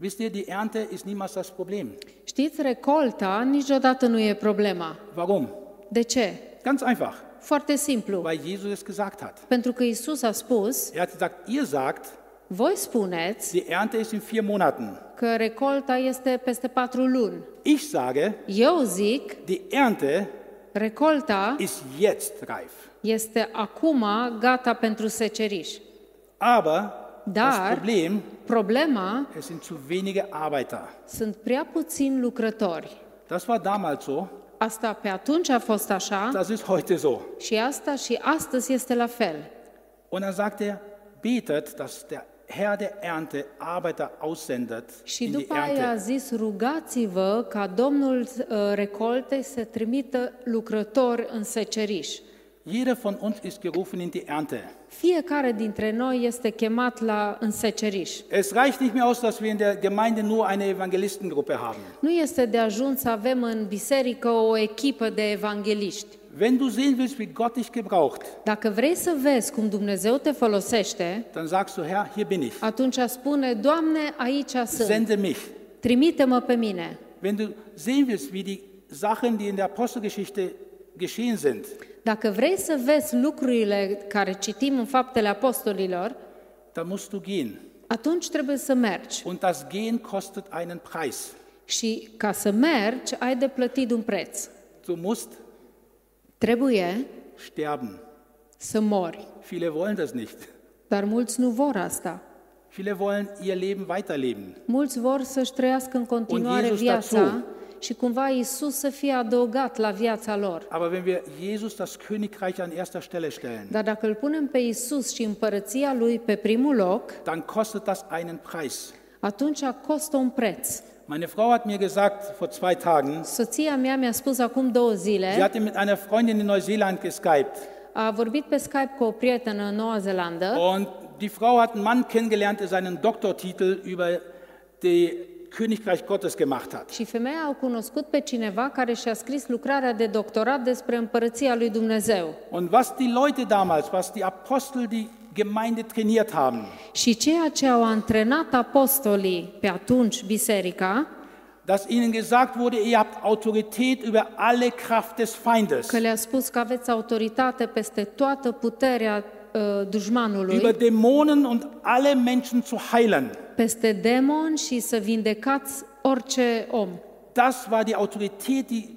[SPEAKER 1] Wisst ihr, die Ernte ist niemals das Problem.
[SPEAKER 2] Știți, recolta niciodată nu e problema.
[SPEAKER 1] Warum?
[SPEAKER 2] De ce?
[SPEAKER 1] Ganz einfach,
[SPEAKER 2] Foarte simplu.
[SPEAKER 1] weil Jesus es gesagt hat.
[SPEAKER 2] Pentru că Isus a spus,
[SPEAKER 1] Er hat gesagt, ihr sagt,
[SPEAKER 2] voi spuneți
[SPEAKER 1] die Ernte ist in vier Monaten.
[SPEAKER 2] că recolta este peste patru luni.
[SPEAKER 1] Ich sage,
[SPEAKER 2] Eu zic,
[SPEAKER 1] die Ernte
[SPEAKER 2] recolta
[SPEAKER 1] ist jetzt reif.
[SPEAKER 2] este acum gata pentru seceriș.
[SPEAKER 1] Aber das
[SPEAKER 2] Dar-
[SPEAKER 1] Problem,
[SPEAKER 2] Problema
[SPEAKER 1] es sind zu wenige Arbeiter.
[SPEAKER 2] sunt prea puțini lucrători.
[SPEAKER 1] Das war damals so,
[SPEAKER 2] Asta pe atunci a fost așa
[SPEAKER 1] das ist heute so.
[SPEAKER 2] și asta și astăzi este la fel.
[SPEAKER 1] Und dann sagt er, betet, dass der Herr der Ernte Arbeiter aussendet
[SPEAKER 2] Și
[SPEAKER 1] in die
[SPEAKER 2] după aia a
[SPEAKER 1] Ernte.
[SPEAKER 2] zis, rugați-vă ca Domnul uh, Recolte să trimită lucrători în seceriș.
[SPEAKER 1] Jeder von uns ist gerufen in die Ernte.
[SPEAKER 2] Fiecare dintre noi este chemat la în seceriș.
[SPEAKER 1] Es reicht nicht mehr aus, dass wir in der Gemeinde nur eine Evangelistengruppe haben.
[SPEAKER 2] Nu este de ajuns să avem în biserică o echipă de evangeliști.
[SPEAKER 1] Wenn du sehen willst, wie Gott dich gebraucht,
[SPEAKER 2] Dacă vrei să vezi cum Dumnezeu te folosește,
[SPEAKER 1] dann sagst du, Herr, hier bin ich.
[SPEAKER 2] atunci spune, Doamne, aici sunt,
[SPEAKER 1] Sende mich.
[SPEAKER 2] trimite-mă pe mine.
[SPEAKER 1] Wenn du sehen willst, wie die Sachen, die in der Apostelgeschichte geschehen sind,
[SPEAKER 2] Dacă vrei să vezi lucrurile care citim în faptele apostolilor,
[SPEAKER 1] dann musst du gehen.
[SPEAKER 2] atunci trebuie să mergi.
[SPEAKER 1] Und das Gehen kostet einen Preis.
[SPEAKER 2] Și ca să mergi, ai de plătit un preț.
[SPEAKER 1] Du musst
[SPEAKER 2] Trebuie
[SPEAKER 1] sterben.
[SPEAKER 2] să mori.
[SPEAKER 1] Viele wollen das nicht.
[SPEAKER 2] Dar mulți nu vor asta.
[SPEAKER 1] Viele wollen ihr Leben weiterleben.
[SPEAKER 2] Mulți vor să-și trăiască în continuare
[SPEAKER 1] Iisus
[SPEAKER 2] viața
[SPEAKER 1] tatsu.
[SPEAKER 2] și cumva Isus să fie adăugat la viața lor.
[SPEAKER 1] Aber wenn wir Jesus das Königreich an erster Stelle stellen,
[SPEAKER 2] Dar dacă îl punem pe Isus și împărăția lui pe primul loc,
[SPEAKER 1] dann kostet das einen Preis.
[SPEAKER 2] atunci costă un preț.
[SPEAKER 1] Meine Frau hat mir gesagt vor zwei Tagen,
[SPEAKER 2] Soția mea mi-a spus acum două
[SPEAKER 1] sie
[SPEAKER 2] zile,
[SPEAKER 1] hatte mit einer Freundin in Neuseeland geskypt
[SPEAKER 2] a vorbit pe Skype cu o prietenă în Noua Zeelandă
[SPEAKER 1] und die Frau hat einen Mann kennengelernt, der seinen Doktortitel über die Königreich Gottes gemacht hat.
[SPEAKER 2] și femeia au cunoscut pe cineva care și-a scris lucrarea de doctorat despre împărăția lui Dumnezeu.
[SPEAKER 1] Und was die Leute damals, was die Apostel, die Gemeinde trainiert haben.
[SPEAKER 2] Și ceea ce au antrenat apostolii pe atunci biserica,
[SPEAKER 1] Dass ihnen gesagt wurde, ihr habt Autorität über alle Kraft des Feindes,
[SPEAKER 2] că le-a spus că aveți autoritate peste toată puterea uh, dușmanului,
[SPEAKER 1] über Dämonen und alle Menschen zu heilen.
[SPEAKER 2] peste demon și să vindecați orice om.
[SPEAKER 1] Das war die Autorität, die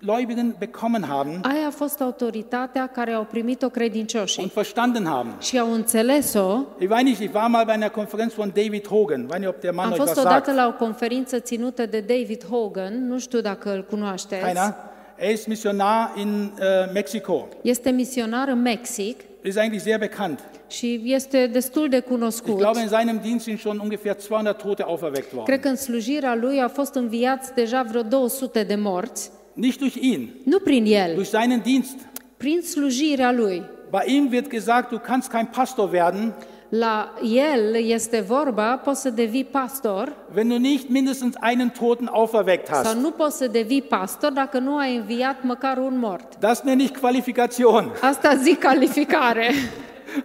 [SPEAKER 1] Gläubigen bekommen haben
[SPEAKER 2] Aia a fost autoritatea care au primit-o credincioșii
[SPEAKER 1] und verstanden haben.
[SPEAKER 2] și au înțeles-o.
[SPEAKER 1] Ich weiß nicht, ich war mal bei einer Konferenz von David Hogan, weiß nicht, ob der Mann
[SPEAKER 2] Am
[SPEAKER 1] euch was
[SPEAKER 2] fost odată
[SPEAKER 1] sagt.
[SPEAKER 2] la o conferință ținută de David Hogan, nu știu dacă îl cunoașteți.
[SPEAKER 1] Keiner. Er ist Missionar in äh, Mexiko.
[SPEAKER 2] Este misionar în Mexic
[SPEAKER 1] Ist eigentlich sehr bekannt.
[SPEAKER 2] și este destul de
[SPEAKER 1] Ich
[SPEAKER 2] cunoscut.
[SPEAKER 1] glaube, in seinem Dienst sind schon ungefähr 200 Tote auferweckt worden.
[SPEAKER 2] Cred că în slujirea lui au fost înviați deja vreo 200 de morți,
[SPEAKER 1] Nicht durch ihn,
[SPEAKER 2] nu prin el,
[SPEAKER 1] durch seinen Dienst.
[SPEAKER 2] prin slujirea lui.
[SPEAKER 1] Bei ihm wird gesagt, du kannst kein Pastor werden,
[SPEAKER 2] La el este vorba, poți să devii pastor
[SPEAKER 1] wenn du nicht mindestens einen Toten auferweckt hast.
[SPEAKER 2] sau nu poți să devii pastor dacă nu ai înviat măcar un mort.
[SPEAKER 1] Das nenne ich Qualifikation,
[SPEAKER 2] Asta zic calificare.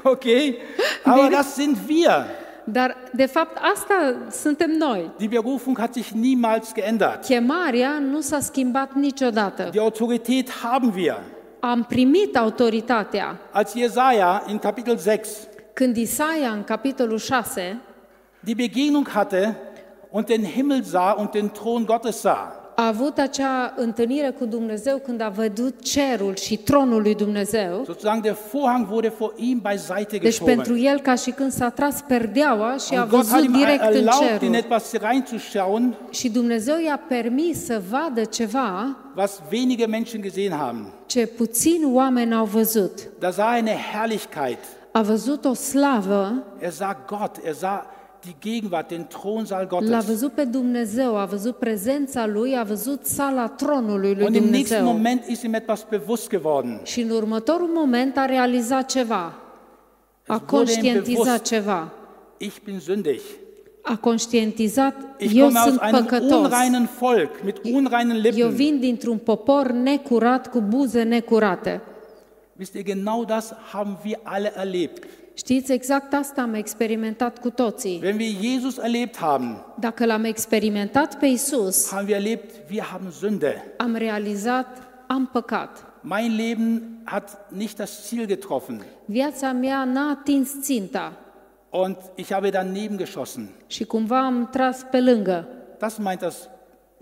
[SPEAKER 1] okay? Aber das sind wir.
[SPEAKER 2] Dar, de fapt, asta suntem noi.
[SPEAKER 1] Die Berufung hat sich niemals geändert.
[SPEAKER 2] Chemarea nu s-a schimbat niciodată.
[SPEAKER 1] Die Autorität haben wir.
[SPEAKER 2] Am primit autoritatea.
[SPEAKER 1] Als Jesaja in Kapitel 6
[SPEAKER 2] Când Isaia, în capitolul 6,
[SPEAKER 1] die Begegnung hatte und den Himmel sah und den Thron Gottes sah,
[SPEAKER 2] a avut acea întâlnire cu Dumnezeu când a văzut cerul și tronul lui Dumnezeu,
[SPEAKER 1] sozusagen der Vorhang wurde vor ihm beiseite
[SPEAKER 2] deci pentru
[SPEAKER 1] geschoben.
[SPEAKER 2] el ca și când s-a tras perdeaua și a
[SPEAKER 1] Und Gott hat
[SPEAKER 2] văzut
[SPEAKER 1] ihm
[SPEAKER 2] direct în
[SPEAKER 1] erlaubt, in
[SPEAKER 2] cerul.
[SPEAKER 1] etwas reinzuschauen,
[SPEAKER 2] Și Dumnezeu i-a permis să vadă ceva
[SPEAKER 1] was wenige Menschen gesehen haben.
[SPEAKER 2] ce puțin oameni au văzut.
[SPEAKER 1] Da sah er eine Herrlichkeit.
[SPEAKER 2] A văzut o slavă
[SPEAKER 1] Er sah Gott, er sah die Gegenwart, den Thronsaal
[SPEAKER 2] L-a
[SPEAKER 1] Gottes.
[SPEAKER 2] văzut pe Dumnezeu, a văzut prezența lui, a văzut sala tronului lui
[SPEAKER 1] Und im nächsten
[SPEAKER 2] Dumnezeu.
[SPEAKER 1] Moment ist ihm etwas bewusst geworden.
[SPEAKER 2] Și în următorul moment a realizat ceva. A
[SPEAKER 1] Îți wurde
[SPEAKER 2] conștientizat
[SPEAKER 1] impus.
[SPEAKER 2] ceva.
[SPEAKER 1] Ich bin sündig.
[SPEAKER 2] A conștientizat,
[SPEAKER 1] Ich
[SPEAKER 2] eu
[SPEAKER 1] komme aus
[SPEAKER 2] sunt
[SPEAKER 1] einem
[SPEAKER 2] păcătos.
[SPEAKER 1] unreinen Volk mit unreinen
[SPEAKER 2] Eu
[SPEAKER 1] Lippen.
[SPEAKER 2] vin dintr-un popor necurat, cu buze necurate.
[SPEAKER 1] Wisst ihr, genau das haben wir alle erlebt.
[SPEAKER 2] Știți, exact asta am experimentat cu toții.
[SPEAKER 1] Wenn wir Jesus erlebt haben,
[SPEAKER 2] Dacă l-am experimentat pe Isus,
[SPEAKER 1] haben wir erlebt, wir haben Sünde.
[SPEAKER 2] am realizat, am păcat.
[SPEAKER 1] Mein Leben hat nicht das Ziel getroffen
[SPEAKER 2] Viața mea n-a atins ținta
[SPEAKER 1] und ich habe daneben geschossen.
[SPEAKER 2] și cumva am tras pe lângă.
[SPEAKER 1] Das meint das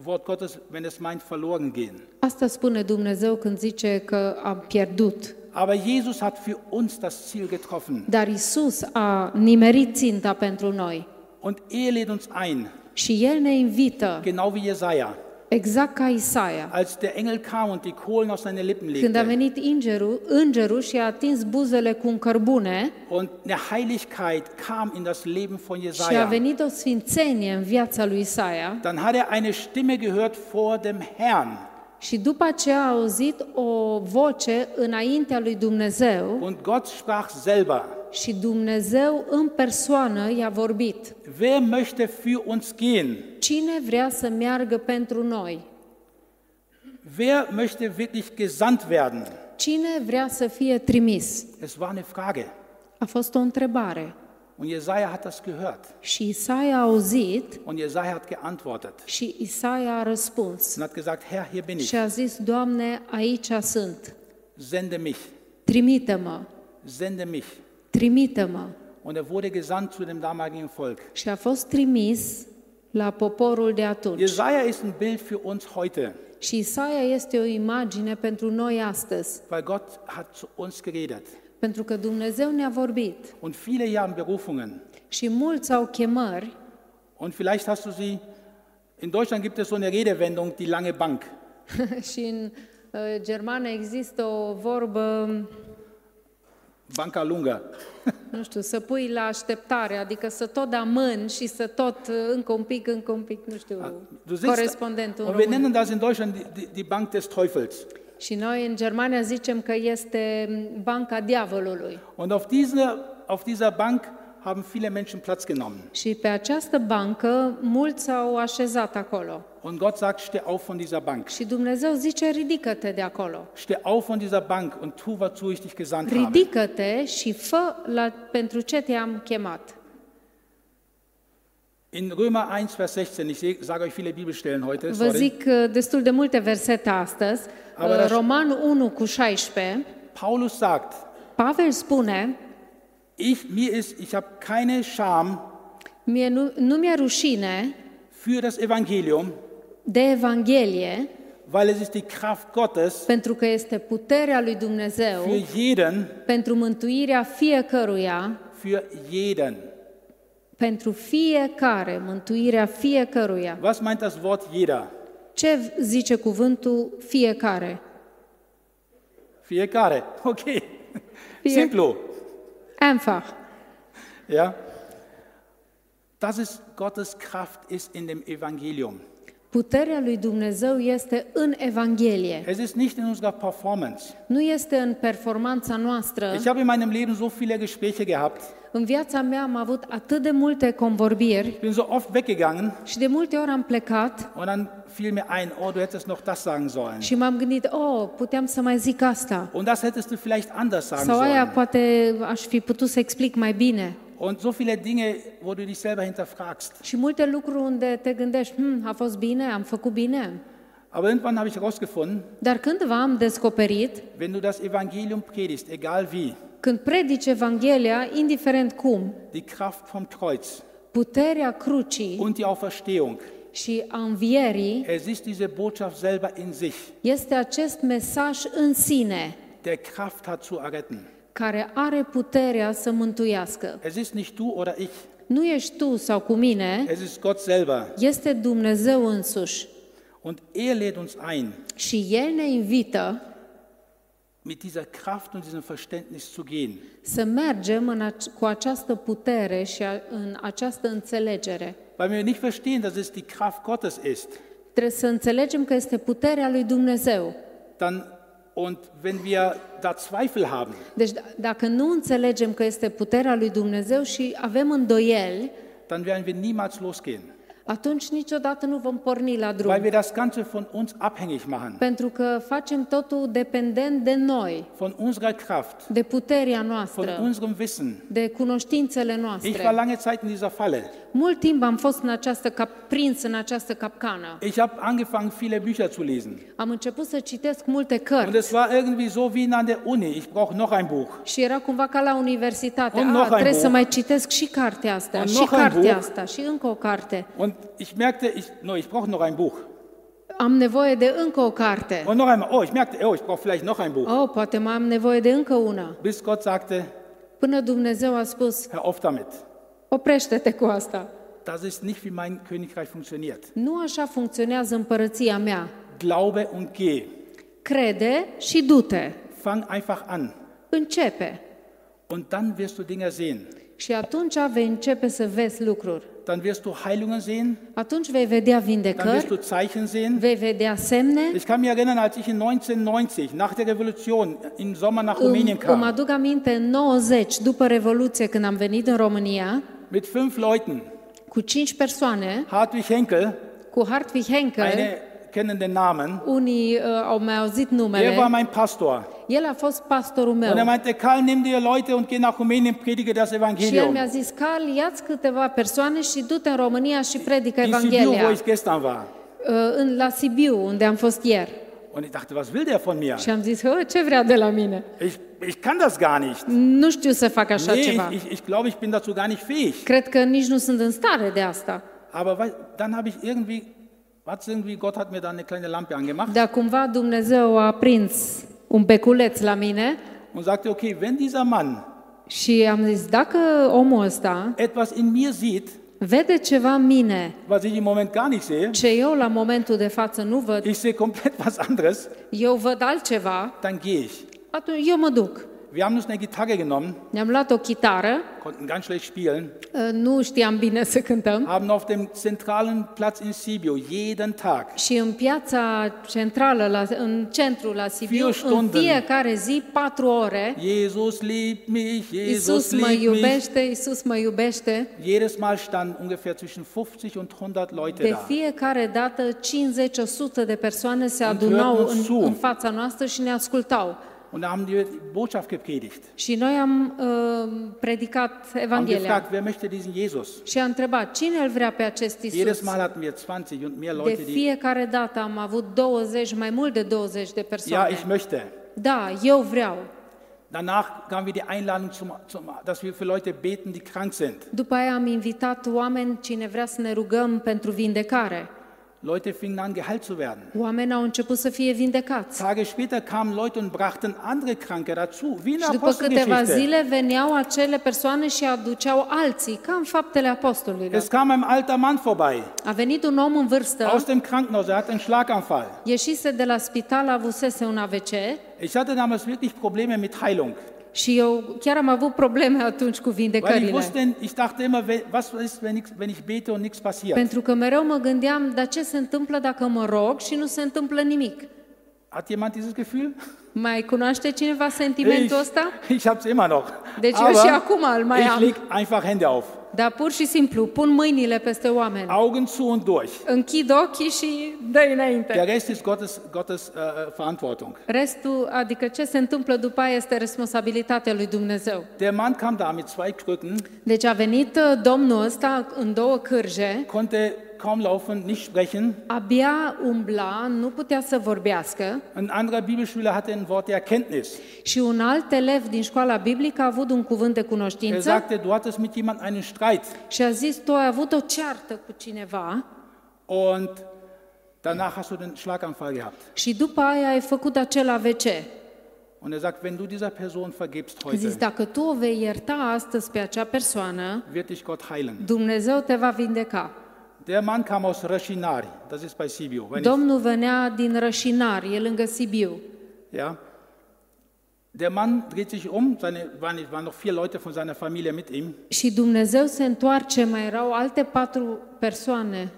[SPEAKER 1] Wort Gottes, wenn es meint, verloren gehen.
[SPEAKER 2] Asta spune Dumnezeu când zice că am pierdut.
[SPEAKER 1] Aber Jesus hat für uns das Ziel getroffen
[SPEAKER 2] Dar Isus a nimerit ținta pentru noi
[SPEAKER 1] und er lädt uns ein,
[SPEAKER 2] și El ne invită,
[SPEAKER 1] genau wie Jesaja,
[SPEAKER 2] exact ca Isaia.
[SPEAKER 1] als der Engel kam und die Kohlen auf seine Lippen
[SPEAKER 2] Când a
[SPEAKER 1] legte
[SPEAKER 2] venit îngerul, îngerul și a atins buzele cu un cărbune
[SPEAKER 1] und eine Heiligkeit kam in das Leben von
[SPEAKER 2] și a
[SPEAKER 1] Jesaja.
[SPEAKER 2] venit o sfințenie în viața lui Isaia
[SPEAKER 1] Dann hat er eine Stimme gehört vor dem Herrn
[SPEAKER 2] și după aceea a auzit o voce înaintea lui Dumnezeu
[SPEAKER 1] und Gott sprach selber,
[SPEAKER 2] și Dumnezeu în persoană i-a vorbit.
[SPEAKER 1] wer möchte für uns gehen?
[SPEAKER 2] Cine vrea să meargă pentru noi?
[SPEAKER 1] Wer möchte wirklich gesandt werden?
[SPEAKER 2] Cine vrea să fie trimis?
[SPEAKER 1] Es war eine Frage
[SPEAKER 2] A fost o întrebare
[SPEAKER 1] und Jesaja hat das gehört
[SPEAKER 2] și Isaia a auzit
[SPEAKER 1] und Jesaja hat geantwortet
[SPEAKER 2] și Isaia a răspuns
[SPEAKER 1] und hat gesagt, Herr, hier bin ich,
[SPEAKER 2] și a zis, Doamne, aici sunt,
[SPEAKER 1] sende mich,
[SPEAKER 2] trimite-mă,
[SPEAKER 1] sende mich.
[SPEAKER 2] trimite-mă.
[SPEAKER 1] Und er wurde gesandt zu dem damaligen Volk.
[SPEAKER 2] Și a fost trimis la poporul de atunci.
[SPEAKER 1] Jesaja ist ein Bild für uns heute,
[SPEAKER 2] Și Isaia este o imagine pentru noi astăzi,
[SPEAKER 1] weil Gott hat zu uns geredet.
[SPEAKER 2] pentru că Dumnezeu ne-a vorbit
[SPEAKER 1] Und viele hier haben Berufungen.
[SPEAKER 2] și mulți au chemări
[SPEAKER 1] Und vielleicht hast du sie, in Deutschland gibt es so eine Redewendung, die lange Bank.
[SPEAKER 2] și în uh, germană există o vorbă
[SPEAKER 1] Banca lunga.
[SPEAKER 2] nu știu, să pui la așteptare, adică să tot amâni și să tot uh, încă un pic, încă un pic, nu știu,
[SPEAKER 1] Du sitzt,
[SPEAKER 2] corespondentul în
[SPEAKER 1] und wir
[SPEAKER 2] român.
[SPEAKER 1] nennen das in Deutschland die, die, die Bank des Teufels.
[SPEAKER 2] Și noi în Germania zicem că este banca diavolului.
[SPEAKER 1] Und auf, diese, auf dieser Bank haben viele Menschen Platz genommen.
[SPEAKER 2] Și pe această bancă mulți s-au așezat acolo.
[SPEAKER 1] Und Gott sagt, steh auf von dieser Bank.
[SPEAKER 2] Și Dumnezeu zice, ridică-te de acolo.
[SPEAKER 1] Steh auf von dieser Bank und tu, wozu ich dich gesandt habe.
[SPEAKER 2] Ridică-te și fă la, pentru ce te-am chemat.
[SPEAKER 1] In Römer 1, Vers 16, ich se- sage euch viele Bibelstellen heute,
[SPEAKER 2] Vă
[SPEAKER 1] sorry,
[SPEAKER 2] zic uh, destul de multe versete astăzi. Uh,
[SPEAKER 1] Am răs-
[SPEAKER 2] Roman 1 cu 16,
[SPEAKER 1] Paulus sagt,
[SPEAKER 2] Pavel spune,
[SPEAKER 1] ich, mir ist, ich habe keine Scham
[SPEAKER 2] Mie nu, nu mi-e rușine
[SPEAKER 1] für das Evangelium,
[SPEAKER 2] de Evanghelie,
[SPEAKER 1] weil es ist die Kraft Gottes
[SPEAKER 2] pentru că este puterea lui Dumnezeu
[SPEAKER 1] für jeden,
[SPEAKER 2] pentru mântuirea fiecăruia,
[SPEAKER 1] für jeden.
[SPEAKER 2] pentru fiecare, mântuirea fiecăruia.
[SPEAKER 1] Was meint das Wort jeder?
[SPEAKER 2] Ce zice cuvântul fiecare?
[SPEAKER 1] Fiecare. Okay.
[SPEAKER 2] Fie-
[SPEAKER 1] Simplo.
[SPEAKER 2] Einfach.
[SPEAKER 1] Ja. Das ist Gottes Kraft ist in dem Evangelium.
[SPEAKER 2] Puterea lui Dumnezeu este în Evanghelie,
[SPEAKER 1] Es ist nicht in unserer Performance.
[SPEAKER 2] nu este în performanța noastră.
[SPEAKER 1] Ich habe in meinem Leben so viele Gespräche gehabt.
[SPEAKER 2] În viața mea am avut atât de multe convorbiri
[SPEAKER 1] Ich bin so oft weggegangen
[SPEAKER 2] și de multe ori am plecat
[SPEAKER 1] und dann fiel mir ein, oh, du hättest noch das sagen sollen.
[SPEAKER 2] și m-am gândit, oh, puteam să mai zic asta.
[SPEAKER 1] Und das hättest du vielleicht anders sagen
[SPEAKER 2] Sau aia
[SPEAKER 1] sollen.
[SPEAKER 2] poate aș fi putut să explic mai bine.
[SPEAKER 1] Und so viele Dinge, wo du dich selber hinterfragst.
[SPEAKER 2] Și multe lucruri unde te gândești, hm, a fost bine, am făcut bine.
[SPEAKER 1] Aber irgendwann habe ich herausgefunden,
[SPEAKER 2] Dar cândva am descoperit,
[SPEAKER 1] wenn du das Evangelium predigst, egal wie,
[SPEAKER 2] când predici Evanghelia, indiferent cum,
[SPEAKER 1] die Kraft vom Kreuz
[SPEAKER 2] puterea crucii
[SPEAKER 1] und die Auferstehung,
[SPEAKER 2] și a învierii
[SPEAKER 1] es ist diese Botschaft selber in sich,
[SPEAKER 2] este acest mesaj în sine
[SPEAKER 1] der Kraft hat zu erretten.
[SPEAKER 2] care are puterea să mântuiască.
[SPEAKER 1] Es ist nicht du oder ich,
[SPEAKER 2] Nu ești tu sau cu mine,
[SPEAKER 1] es ist Gott selber.
[SPEAKER 2] este Dumnezeu însuși.
[SPEAKER 1] Und er lädt uns ein,
[SPEAKER 2] Și El ne invită
[SPEAKER 1] mit dieser Kraft und diesem Verständnis zu gehen.
[SPEAKER 2] Să mergem în ac- cu această putere și a, în această înțelegere.
[SPEAKER 1] Weil wir nicht verstehen, dass es die Kraft Gottes ist,
[SPEAKER 2] Trebuie să înțelegem că este puterea lui Dumnezeu.
[SPEAKER 1] dann und wenn wir da Zweifel haben,
[SPEAKER 2] Deci d- dacă nu înțelegem că este puterea lui Dumnezeu și avem îndoieli,
[SPEAKER 1] dann werden wir niemals losgehen,
[SPEAKER 2] atunci niciodată nu vom porni la
[SPEAKER 1] weil
[SPEAKER 2] drum.
[SPEAKER 1] wir das Ganze von uns abhängig machen,
[SPEAKER 2] Pentru că facem totul dependent de noi,
[SPEAKER 1] von unserer Kraft,
[SPEAKER 2] de puterea
[SPEAKER 1] von
[SPEAKER 2] noastră,
[SPEAKER 1] unserem Wissen.
[SPEAKER 2] de cunoștințele
[SPEAKER 1] Ich war
[SPEAKER 2] noastre.
[SPEAKER 1] lange Zeit in dieser Falle.
[SPEAKER 2] Mult timp am fost în această cap- prins în această capcană.
[SPEAKER 1] Ich habe angefangen, viele Bücher zu lesen.
[SPEAKER 2] Am început să citesc multe
[SPEAKER 1] Und
[SPEAKER 2] cărți.
[SPEAKER 1] es war irgendwie so wie an der Uni. Ich brauche noch ein Buch.
[SPEAKER 2] Și era cumva ca la universitate.
[SPEAKER 1] Un
[SPEAKER 2] A,
[SPEAKER 1] Nohain
[SPEAKER 2] trebuie
[SPEAKER 1] Buch.
[SPEAKER 2] să mai citesc și cartea asta,
[SPEAKER 1] Un
[SPEAKER 2] și
[SPEAKER 1] Nohain
[SPEAKER 2] cartea
[SPEAKER 1] Buch.
[SPEAKER 2] asta, și încă o carte.
[SPEAKER 1] Und ich merkte, ich, no, ich brauche noch ein Buch.
[SPEAKER 2] Am nevoie de încă o carte.
[SPEAKER 1] Und noch einmal, oh, ich merkte, oh, ich brauche vielleicht noch ein Buch.
[SPEAKER 2] Oh, poate mai am nevoie de încă una.
[SPEAKER 1] Bis Gott sagte,
[SPEAKER 2] Până Dumnezeu a spus,
[SPEAKER 1] hör auf damit.
[SPEAKER 2] oprește-te cu asta.
[SPEAKER 1] Das ist nicht, wie mein Königreich funktioniert.
[SPEAKER 2] Nu așa funcționează împărăția mea.
[SPEAKER 1] Glaube und geh.
[SPEAKER 2] Crede și du-te.
[SPEAKER 1] Fang einfach an.
[SPEAKER 2] Începe.
[SPEAKER 1] Und dann wirst du Dinge sehen.
[SPEAKER 2] Și atunci vei începe să vezi lucruri.
[SPEAKER 1] Dann wirst du Heilungen sehen.
[SPEAKER 2] Atunci vei vedea
[SPEAKER 1] Dann wirst
[SPEAKER 2] vindecări,
[SPEAKER 1] du Zeichen sehen.
[SPEAKER 2] vei vedea semne.
[SPEAKER 1] Ich kann mich erinnern, als ich in 1990 nach der Revolution im Sommer nach
[SPEAKER 2] Îmi,
[SPEAKER 1] Rumänien
[SPEAKER 2] îmi
[SPEAKER 1] kam,
[SPEAKER 2] aduc aminte în 90, după Revoluție, când am venit în România,
[SPEAKER 1] mit fünf Leuten,
[SPEAKER 2] cu cinci persoane,
[SPEAKER 1] Hartwig Henkel,
[SPEAKER 2] cu Hartwig Henkel,
[SPEAKER 1] eine kennen den Namen,
[SPEAKER 2] unii uh, au mai auzit
[SPEAKER 1] der war
[SPEAKER 2] numele,
[SPEAKER 1] mein Pastor.
[SPEAKER 2] el a fost pastorul
[SPEAKER 1] Und er
[SPEAKER 2] meu.
[SPEAKER 1] meinte, Karl, nimm dir Leute und geh nach Rumänien, predige das
[SPEAKER 2] Și el mi-a
[SPEAKER 1] Evangelium.
[SPEAKER 2] zis, Carl, iați câteva persoane și du-te în România și predică
[SPEAKER 1] In Sibiu,
[SPEAKER 2] Evanghelia
[SPEAKER 1] wo
[SPEAKER 2] uh,
[SPEAKER 1] ich gestern war.
[SPEAKER 2] în, la Sibiu, unde am fost ieri.
[SPEAKER 1] Und ich dachte, was will der von mir?
[SPEAKER 2] Și am zis, "Hă, ce vrea de la mine?
[SPEAKER 1] Ich, ich kann das gar nicht.
[SPEAKER 2] Nu știu să fac așa
[SPEAKER 1] Nee,
[SPEAKER 2] ceva.
[SPEAKER 1] ich, ich, ich glaube, ich bin dazu gar nicht fähig.
[SPEAKER 2] Cred că nici nu sunt în stare de asta.
[SPEAKER 1] Aber wei- dann habe ich irgendwie, was irgendwie, Gott hat mir da eine kleine Lampe angemacht
[SPEAKER 2] Dar cumva Dumnezeu a prins un beculeț la mine
[SPEAKER 1] und sagte, okay, wenn dieser Mann
[SPEAKER 2] și am zis, dacă omul ăsta
[SPEAKER 1] etwas in mir sieht,
[SPEAKER 2] vede ceva în mine
[SPEAKER 1] was ich im Moment gar nicht sehe,
[SPEAKER 2] ce eu la momentul de față nu văd,
[SPEAKER 1] ich sehe komplett was anderes,
[SPEAKER 2] eu văd altceva,
[SPEAKER 1] dann gehe ich.
[SPEAKER 2] atunci eu mă duc.
[SPEAKER 1] Wir haben uns eine Gitarre genommen,
[SPEAKER 2] Ne-am luat o chitară,
[SPEAKER 1] konnten ganz schlecht spielen,
[SPEAKER 2] uh, nu știam bine să cântăm,
[SPEAKER 1] haben auf dem zentralen Platz in Sibiu jeden Tag
[SPEAKER 2] și în piața centrală, la, în centru la Sibiu,
[SPEAKER 1] Vier
[SPEAKER 2] în
[SPEAKER 1] Stunden.
[SPEAKER 2] fiecare zi, patru ore,
[SPEAKER 1] Jesus liebt mich, Jesus
[SPEAKER 2] Iisus mă
[SPEAKER 1] liebt mich.
[SPEAKER 2] iubește, Iisus mă iubește.
[SPEAKER 1] Jedes Mal standen ungefähr zwischen 50 und 100 Leute
[SPEAKER 2] De
[SPEAKER 1] da.
[SPEAKER 2] fiecare dată 50-100 de persoane se adunau
[SPEAKER 1] hörten
[SPEAKER 2] în,
[SPEAKER 1] zu.
[SPEAKER 2] în fața noastră și ne ascultau.
[SPEAKER 1] Und da haben die Botschaft gepredigt.
[SPEAKER 2] Și noi am uh, predicat
[SPEAKER 1] Haben
[SPEAKER 2] Evanghelia
[SPEAKER 1] gefragt, wer möchte diesen Jesus?
[SPEAKER 2] și a întrebat cine îl vrea pe acest Isus.
[SPEAKER 1] Jedes Mal hatten wir 20 und mehr
[SPEAKER 2] De
[SPEAKER 1] Leute, die,
[SPEAKER 2] fiecare dată am avut 20, mai mult de 20 de
[SPEAKER 1] ja,
[SPEAKER 2] persoane.
[SPEAKER 1] ich möchte.
[SPEAKER 2] Da, eu vreau.
[SPEAKER 1] Danach kam wir die Einladung, zum, zum, dass wir für Leute beten, die krank sind.
[SPEAKER 2] După aia am invitat oameni cine vrea să ne rugăm pentru vindecare.
[SPEAKER 1] Leute fingen an, geheilt zu werden.
[SPEAKER 2] Oamenii au început să fie vindecați.
[SPEAKER 1] Tage später kamen Leute und brachten andere Kranke dazu, wie in der
[SPEAKER 2] Și după câteva
[SPEAKER 1] Apostelgeschichte.
[SPEAKER 2] zile veneau acele persoane și aduceau alții, ca în faptele apostolilor.
[SPEAKER 1] Es kam ein alter Mann vorbei
[SPEAKER 2] A venit un om în vârstă,
[SPEAKER 1] aus dem Krankenhaus, er hatte einen Schlaganfall.
[SPEAKER 2] ieșise de la spital, avusese un AVC
[SPEAKER 1] Ich hatte damals wirklich Probleme mit Heilung,
[SPEAKER 2] și eu chiar am avut probleme atunci cu
[SPEAKER 1] weil ich
[SPEAKER 2] vindecările.
[SPEAKER 1] wusste, ich dachte immer, we- was ist, wenn ich, wenn ich bete und nichts passiert?
[SPEAKER 2] Pentru că mereu mă gândeam, dar ce se întâmplă dacă mă rog și nu se întâmplă nimic?
[SPEAKER 1] Hat jemand dieses Gefühl?
[SPEAKER 2] Mai cunoaște cineva
[SPEAKER 1] Ich,
[SPEAKER 2] sentimentul ăsta?
[SPEAKER 1] ich habe es immer noch.
[SPEAKER 2] Deci eu și
[SPEAKER 1] Aber
[SPEAKER 2] acum îl mai
[SPEAKER 1] ich
[SPEAKER 2] am.
[SPEAKER 1] lege einfach Hände auf,
[SPEAKER 2] Dar Da, pur și simplu pun mâinile peste oameni,
[SPEAKER 1] Augen zu und durch.
[SPEAKER 2] închid ochii și dă înainte.
[SPEAKER 1] Der Rest ist Gottes, Gottes äh, Verantwortung.
[SPEAKER 2] Restul, adică ce se întâmplă după aia este responsabilitatea lui Dumnezeu.
[SPEAKER 1] Der Mann kam da mit zwei Krücken,
[SPEAKER 2] Deci a venit uh, domnul ăsta în două cârje,
[SPEAKER 1] konnte kaum laufen, nicht sprechen.
[SPEAKER 2] abia umbla, nu putea să vorbească
[SPEAKER 1] Ein anderer Bibelschüler hatte ein Wort der Erkenntnis.
[SPEAKER 2] și un alt elev din școala biblică a avut un cuvânt de
[SPEAKER 1] Er
[SPEAKER 2] cunoștință
[SPEAKER 1] sagte, du hattest mit jemandem einen Streit.
[SPEAKER 2] și a zis, tu ai avut o ceartă cu cineva
[SPEAKER 1] Und danach hast du den Schlaganfall gehabt.
[SPEAKER 2] și după aia ai făcut acel AVC.
[SPEAKER 1] Und er sagt, wenn du dieser Person vergibst
[SPEAKER 2] A zis,
[SPEAKER 1] heute,
[SPEAKER 2] dacă tu o vei ierta astăzi pe acea persoană,
[SPEAKER 1] wird dich Gott heilen.
[SPEAKER 2] Dumnezeu te va vindeca.
[SPEAKER 1] Der Mann kam aus Rashinari, das ist bei Sibiu. Wenn ich,
[SPEAKER 2] Domnul venea din Rășinar, e lângă Sibiu.
[SPEAKER 1] ja. Der Mann dreht sich um, seine, waren, waren noch vier Leute von seiner Familie mit ihm.
[SPEAKER 2] Și Dumnezeu se întoarce, mai erau alte patru persoane.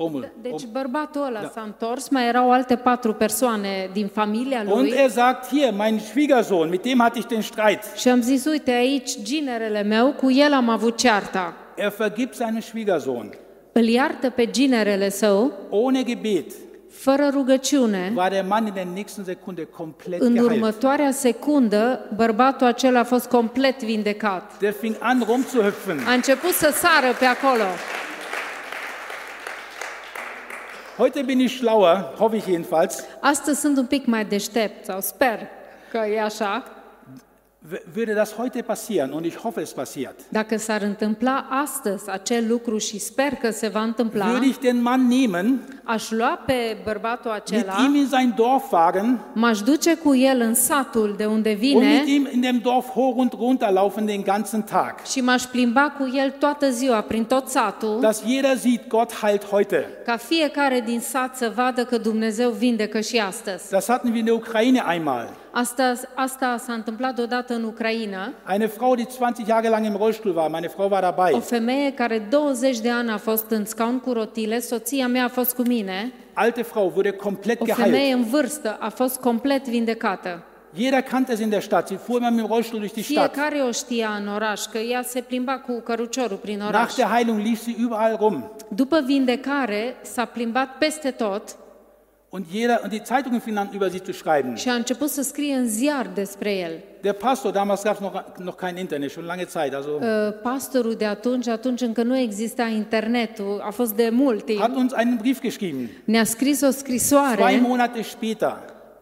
[SPEAKER 1] Omul.
[SPEAKER 2] Deci bărbatul ăla s-a întors, mai erau alte patru persoane din familia
[SPEAKER 1] Und
[SPEAKER 2] lui.
[SPEAKER 1] er sagt, hier, mein Schwiegersohn, mit dem hatte ich den Streit.
[SPEAKER 2] Și am zis, uite aici, ginerele meu, cu el am avut cearta.
[SPEAKER 1] Er vergibt seinen Schwiegersohn.
[SPEAKER 2] Îl iartă pe ginerele său,
[SPEAKER 1] Ohne Gebet
[SPEAKER 2] fără rugăciune.
[SPEAKER 1] war der Mann in der nächsten Sekunde komplett
[SPEAKER 2] În
[SPEAKER 1] geheilt.
[SPEAKER 2] următoarea secundă, bărbatul acela a fost complet vindecat.
[SPEAKER 1] Der fing an rumzuhüpfen.
[SPEAKER 2] A început să sară pe acolo.
[SPEAKER 1] Heute bin ich schlauer, hoffe ich jedenfalls.
[SPEAKER 2] Astăzi sunt un pic mai deștept, sau sper că e așa.
[SPEAKER 1] W- Würde das heute passieren, und ich hoffe es passiert,
[SPEAKER 2] Dacă s-ar întâmpla astăzi acel lucru și sper că se va întâmpla,
[SPEAKER 1] würde ich den Mann nehmen,
[SPEAKER 2] aș lua pe bărbatul
[SPEAKER 1] mit
[SPEAKER 2] acela,
[SPEAKER 1] ihm in sein Dorf fahren
[SPEAKER 2] m-aș duce cu el în satul de unde
[SPEAKER 1] und mit
[SPEAKER 2] vine
[SPEAKER 1] ihm in dem Dorf hoch und runter laufen den ganzen Tag.
[SPEAKER 2] și m-aș plimba cu el toată ziua prin tot satul,
[SPEAKER 1] Dass jeder sieht, Gott heilt heute.
[SPEAKER 2] ca fiecare din sat să vadă că Dumnezeu vindecă și astăzi.
[SPEAKER 1] Das hatten wir in der Ukraine einmal.
[SPEAKER 2] Asta, asta s-a întâmplat odată în Ucraina.
[SPEAKER 1] Eine Frau, die 20 Jahre lang im Rollstuhl war, meine Frau war
[SPEAKER 2] O
[SPEAKER 1] dabei.
[SPEAKER 2] femeie care 20 de ani a fost în scaun cu rotile, soția mea a fost cu mine,
[SPEAKER 1] Alte Frau wurde komplett
[SPEAKER 2] o
[SPEAKER 1] geheilt.
[SPEAKER 2] femeie în vârstă a fost complet vindecată.
[SPEAKER 1] Jeder kannte es in der Stadt. Sie fuhr immer mit dem Rollstuhl durch die Stadt.
[SPEAKER 2] Fiecare o știa în oraș, că ea se plimba cu căruciorul prin
[SPEAKER 1] Nach
[SPEAKER 2] oraș.
[SPEAKER 1] der Heilung lief sie überall rum.
[SPEAKER 2] După vindecare, s-a plimbat peste tot
[SPEAKER 1] Und, jeder, und die Zeitungen fingen an, über sie zu schreiben.
[SPEAKER 2] și a început să scrie în ziar despre el.
[SPEAKER 1] Der Pastor, damals gab es noch, noch kein Internet, schon lange Zeit, also
[SPEAKER 2] Uh, Pastorul de atunci, atunci încă nu exista internetul, a fost de mult timp.
[SPEAKER 1] hat uns einen Brief geschrieben.
[SPEAKER 2] Ne-a scris o
[SPEAKER 1] Zwei
[SPEAKER 2] scrisoare
[SPEAKER 1] Monate später,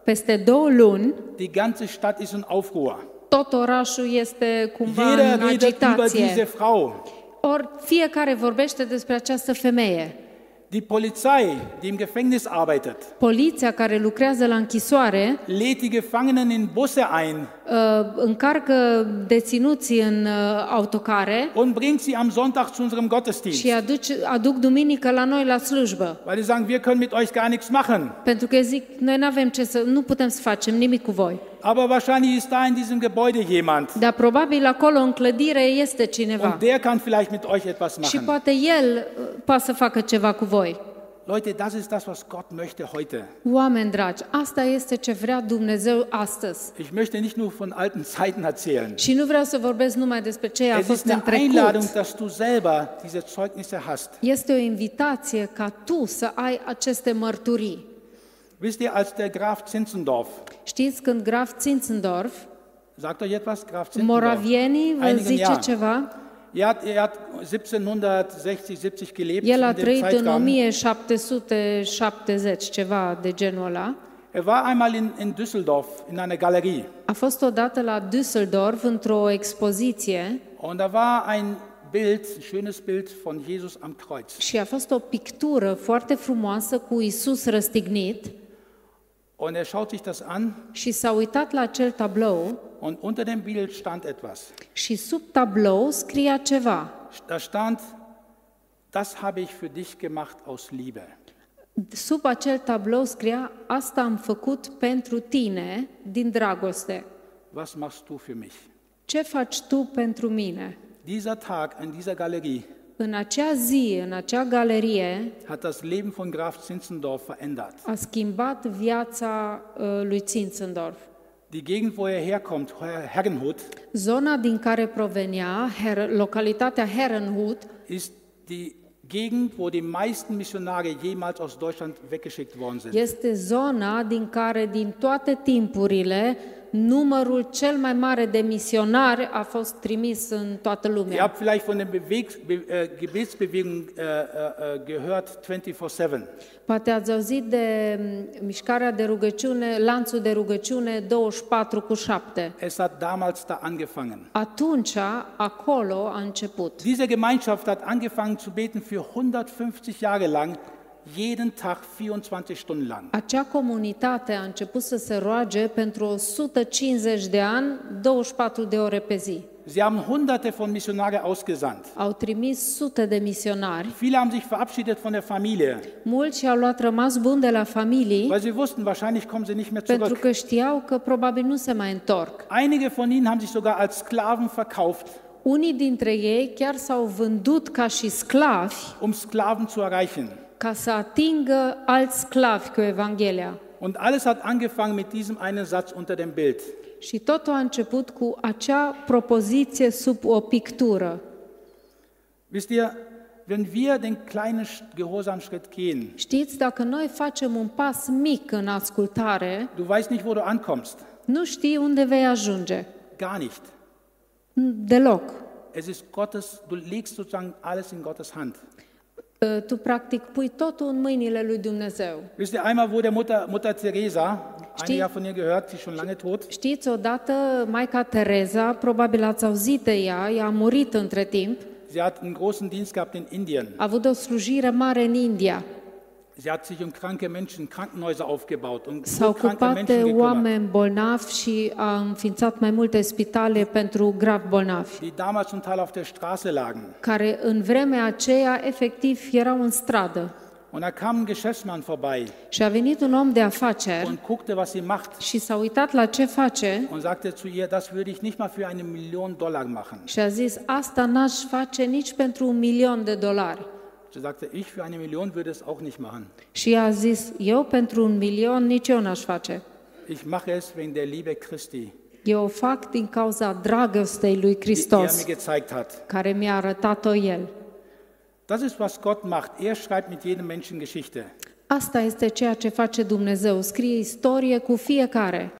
[SPEAKER 2] peste două luni,
[SPEAKER 1] die ganze Stadt ist in Aufruhr.
[SPEAKER 2] tot orașul este cumva în
[SPEAKER 1] Jeder redet über diese
[SPEAKER 2] agitație.
[SPEAKER 1] Frau.
[SPEAKER 2] Or, fiecare vorbește despre această femeie.
[SPEAKER 1] Die Polizei, die im Gefängnis arbeitet,
[SPEAKER 2] Poliția care lucrează la închisoare
[SPEAKER 1] lädt die Gefangenen in Busse ein,
[SPEAKER 2] uh, încarcă deținuții în uh, autocare
[SPEAKER 1] und bringt sie am Sonntag zu unserem Gottesdienst.
[SPEAKER 2] și aduce, aduc duminică la noi la slujbă.
[SPEAKER 1] Weil die sagen, wir können mit euch gar nichts machen.
[SPEAKER 2] Pentru că zic, noi nu avem ce să, nu putem să facem nimic cu voi.
[SPEAKER 1] Aber wahrscheinlich ist da in diesem Gebäude jemand.
[SPEAKER 2] Dar probabil acolo în clădire este cineva
[SPEAKER 1] Und der kann vielleicht mit euch etwas
[SPEAKER 2] și
[SPEAKER 1] machen.
[SPEAKER 2] poate el uh, poate să facă ceva cu voi.
[SPEAKER 1] Leute, das ist das, was Gott möchte heute.
[SPEAKER 2] Oameni dragi, asta este ce vrea Dumnezeu astăzi.
[SPEAKER 1] Ich möchte nicht nur von alten Zeiten erzählen.
[SPEAKER 2] Și nu vreau să vorbesc numai despre ce a
[SPEAKER 1] Es
[SPEAKER 2] fost
[SPEAKER 1] ist
[SPEAKER 2] în
[SPEAKER 1] eine Einladung,
[SPEAKER 2] trecut.
[SPEAKER 1] dass du selber diese Zeugnisse hast.
[SPEAKER 2] Este o invitație ca tu să ai aceste mărturii.
[SPEAKER 1] Wisst ihr, als der Graf Zinzendorf,
[SPEAKER 2] Știți când Graf Zinzendorf,
[SPEAKER 1] sagt euch etwas, Graf Zinzendorf?
[SPEAKER 2] moravienii, vă
[SPEAKER 1] Einigen
[SPEAKER 2] zice
[SPEAKER 1] Jahren.
[SPEAKER 2] ceva?
[SPEAKER 1] Er hat, er hat 1760, 70 gelebt
[SPEAKER 2] El a
[SPEAKER 1] in dem
[SPEAKER 2] trăit în
[SPEAKER 1] Zeitraum.
[SPEAKER 2] 1770, ceva de genul ăla.
[SPEAKER 1] Er war einmal in, in Düsseldorf in einer Galerie
[SPEAKER 2] A fost odată la Düsseldorf într-o expoziție
[SPEAKER 1] und da war ein Bild, ein schönes Bild von Jesus am Kreuz.
[SPEAKER 2] și a fost o pictură foarte frumoasă cu Isus răstignit
[SPEAKER 1] Und er schaut sich das an
[SPEAKER 2] și s-a uitat la acel tablou
[SPEAKER 1] und unter dem Bild stand etwas.
[SPEAKER 2] și sub tablou scria ceva.
[SPEAKER 1] Da stand, das habe ich für dich gemacht aus Liebe.
[SPEAKER 2] Sub acel tablou scria, asta am făcut pentru tine din dragoste.
[SPEAKER 1] Was machst du für mich?
[SPEAKER 2] Ce faci tu pentru mine?
[SPEAKER 1] Dieser Tag in dieser Galerie
[SPEAKER 2] În acea zi, în acea galerie,
[SPEAKER 1] hat das Leben von Graf Zinzendorf verändert.
[SPEAKER 2] a schimbat viața uh, lui Zinzendorf.
[SPEAKER 1] Die Gegend, wo er herkommt, Her- Herrenhut,
[SPEAKER 2] Zona din care provenea, Her- localitatea Herrenhut,
[SPEAKER 1] ist die Gegend, wo die meisten Missionare jemals aus Deutschland weggeschickt worden sind.
[SPEAKER 2] este zona din care din toate timpurile numărul cel mai mare de misionari a fost trimis în toată
[SPEAKER 1] Ihr
[SPEAKER 2] lumea.
[SPEAKER 1] habt vielleicht von der Beweg Be äh, Gebetsbewegung äh, äh, äh, gehört, 24-7.
[SPEAKER 2] Poate ați auzit de m, mișcarea de rugăciune, lanțul de rugăciune 24 cu 7.
[SPEAKER 1] Es hat damals da angefangen.
[SPEAKER 2] Atunci, acolo a început.
[SPEAKER 1] Diese Gemeinschaft hat angefangen zu beten für 150 Jahre lang, jeden Tag 24 Stunden lang.
[SPEAKER 2] Acea comunitate a început să se roage pentru 150 de ani, 24 de ore pe zi.
[SPEAKER 1] Sie haben Hunderte von Missionare ausgesandt.
[SPEAKER 2] Au trimis sute de misionari,
[SPEAKER 1] Viele haben sich verabschiedet von der Familie,
[SPEAKER 2] mulți și-au luat rămas bun de la familii,
[SPEAKER 1] weil sie wussten, wahrscheinlich kommen sie nicht mehr
[SPEAKER 2] pentru
[SPEAKER 1] zurück.
[SPEAKER 2] că știau că probabil nu se mai întorc.
[SPEAKER 1] Einige von ihnen haben sich sogar als Sklaven verkauft,
[SPEAKER 2] Unii dintre ei chiar s-au vândut ca și sclavi
[SPEAKER 1] um Sklaven zu erreichen.
[SPEAKER 2] ca să atingă alți sclavi cu Evanghelia.
[SPEAKER 1] Und alles hat angefangen mit diesem einen Satz unter dem Bild.
[SPEAKER 2] Și totul a început cu acea propoziție sub o pictură.
[SPEAKER 1] Wisst ihr, wenn wir den kleinen Sch- Gehorsamschritt gehen,
[SPEAKER 2] Știți, dacă noi facem un pas mic în ascultare,
[SPEAKER 1] du weißt nicht, wo du ankommst.
[SPEAKER 2] nu știi unde vei ajunge.
[SPEAKER 1] Gar nicht.
[SPEAKER 2] Deloc.
[SPEAKER 1] Es ist Gottes, du legst sozusagen alles in Gottes Hand.
[SPEAKER 2] Tu, practic, pui totul în mâinile lui Dumnezeu.
[SPEAKER 1] Wisst ihr einmal, wo der Mutter, Mutter Teresa,
[SPEAKER 2] Steh-
[SPEAKER 1] einige haben von ihr gehört, die ist schon lange tot,
[SPEAKER 2] Știți, odată Maica Tereza, probabil ați auzit de ea, ea a murit între timp,
[SPEAKER 1] sie hat einen großen Dienst gehabt in Indien.
[SPEAKER 2] a avut o slujire mare în India.
[SPEAKER 1] Sie hat sich um kranke Menschen, Krankenhäuser aufgebaut und
[SPEAKER 2] S-a
[SPEAKER 1] um kranke
[SPEAKER 2] ocupat de
[SPEAKER 1] Menschen gekümmert,
[SPEAKER 2] oameni bolnavi și a înființat mai multe spitale pentru grav bolnavi,
[SPEAKER 1] die damals zum Teil auf der Straße lagen.
[SPEAKER 2] care în vremea aceea efectiv erau în stradă.
[SPEAKER 1] Und da kam ein Geschäftsmann vorbei
[SPEAKER 2] Și a venit un om de afaceri
[SPEAKER 1] und guckte, was sie macht
[SPEAKER 2] și s-a uitat la ce face
[SPEAKER 1] und sagte zu ihr, das würde ich nicht mal für eine Million Dollar machen.
[SPEAKER 2] și a zis, asta n-aș face nici pentru un milion de dolari.
[SPEAKER 1] Sie sagte, ich für eine Million würde es auch nicht machen.
[SPEAKER 2] Și ea a zis, eu pentru un milion nici eu n-aș face.
[SPEAKER 1] Ich mache es wegen der Liebe Christi,
[SPEAKER 2] Eu o fac din cauza dragostei lui
[SPEAKER 1] die er mir
[SPEAKER 2] Hristos,
[SPEAKER 1] gezeigt hat.
[SPEAKER 2] care mi-a arătat-o El.
[SPEAKER 1] Das ist, was Gott macht. Er schreibt mit jedem Menschen Geschichte.
[SPEAKER 2] Asta este ceea ce face Dumnezeu, scrie istorie cu fiecare.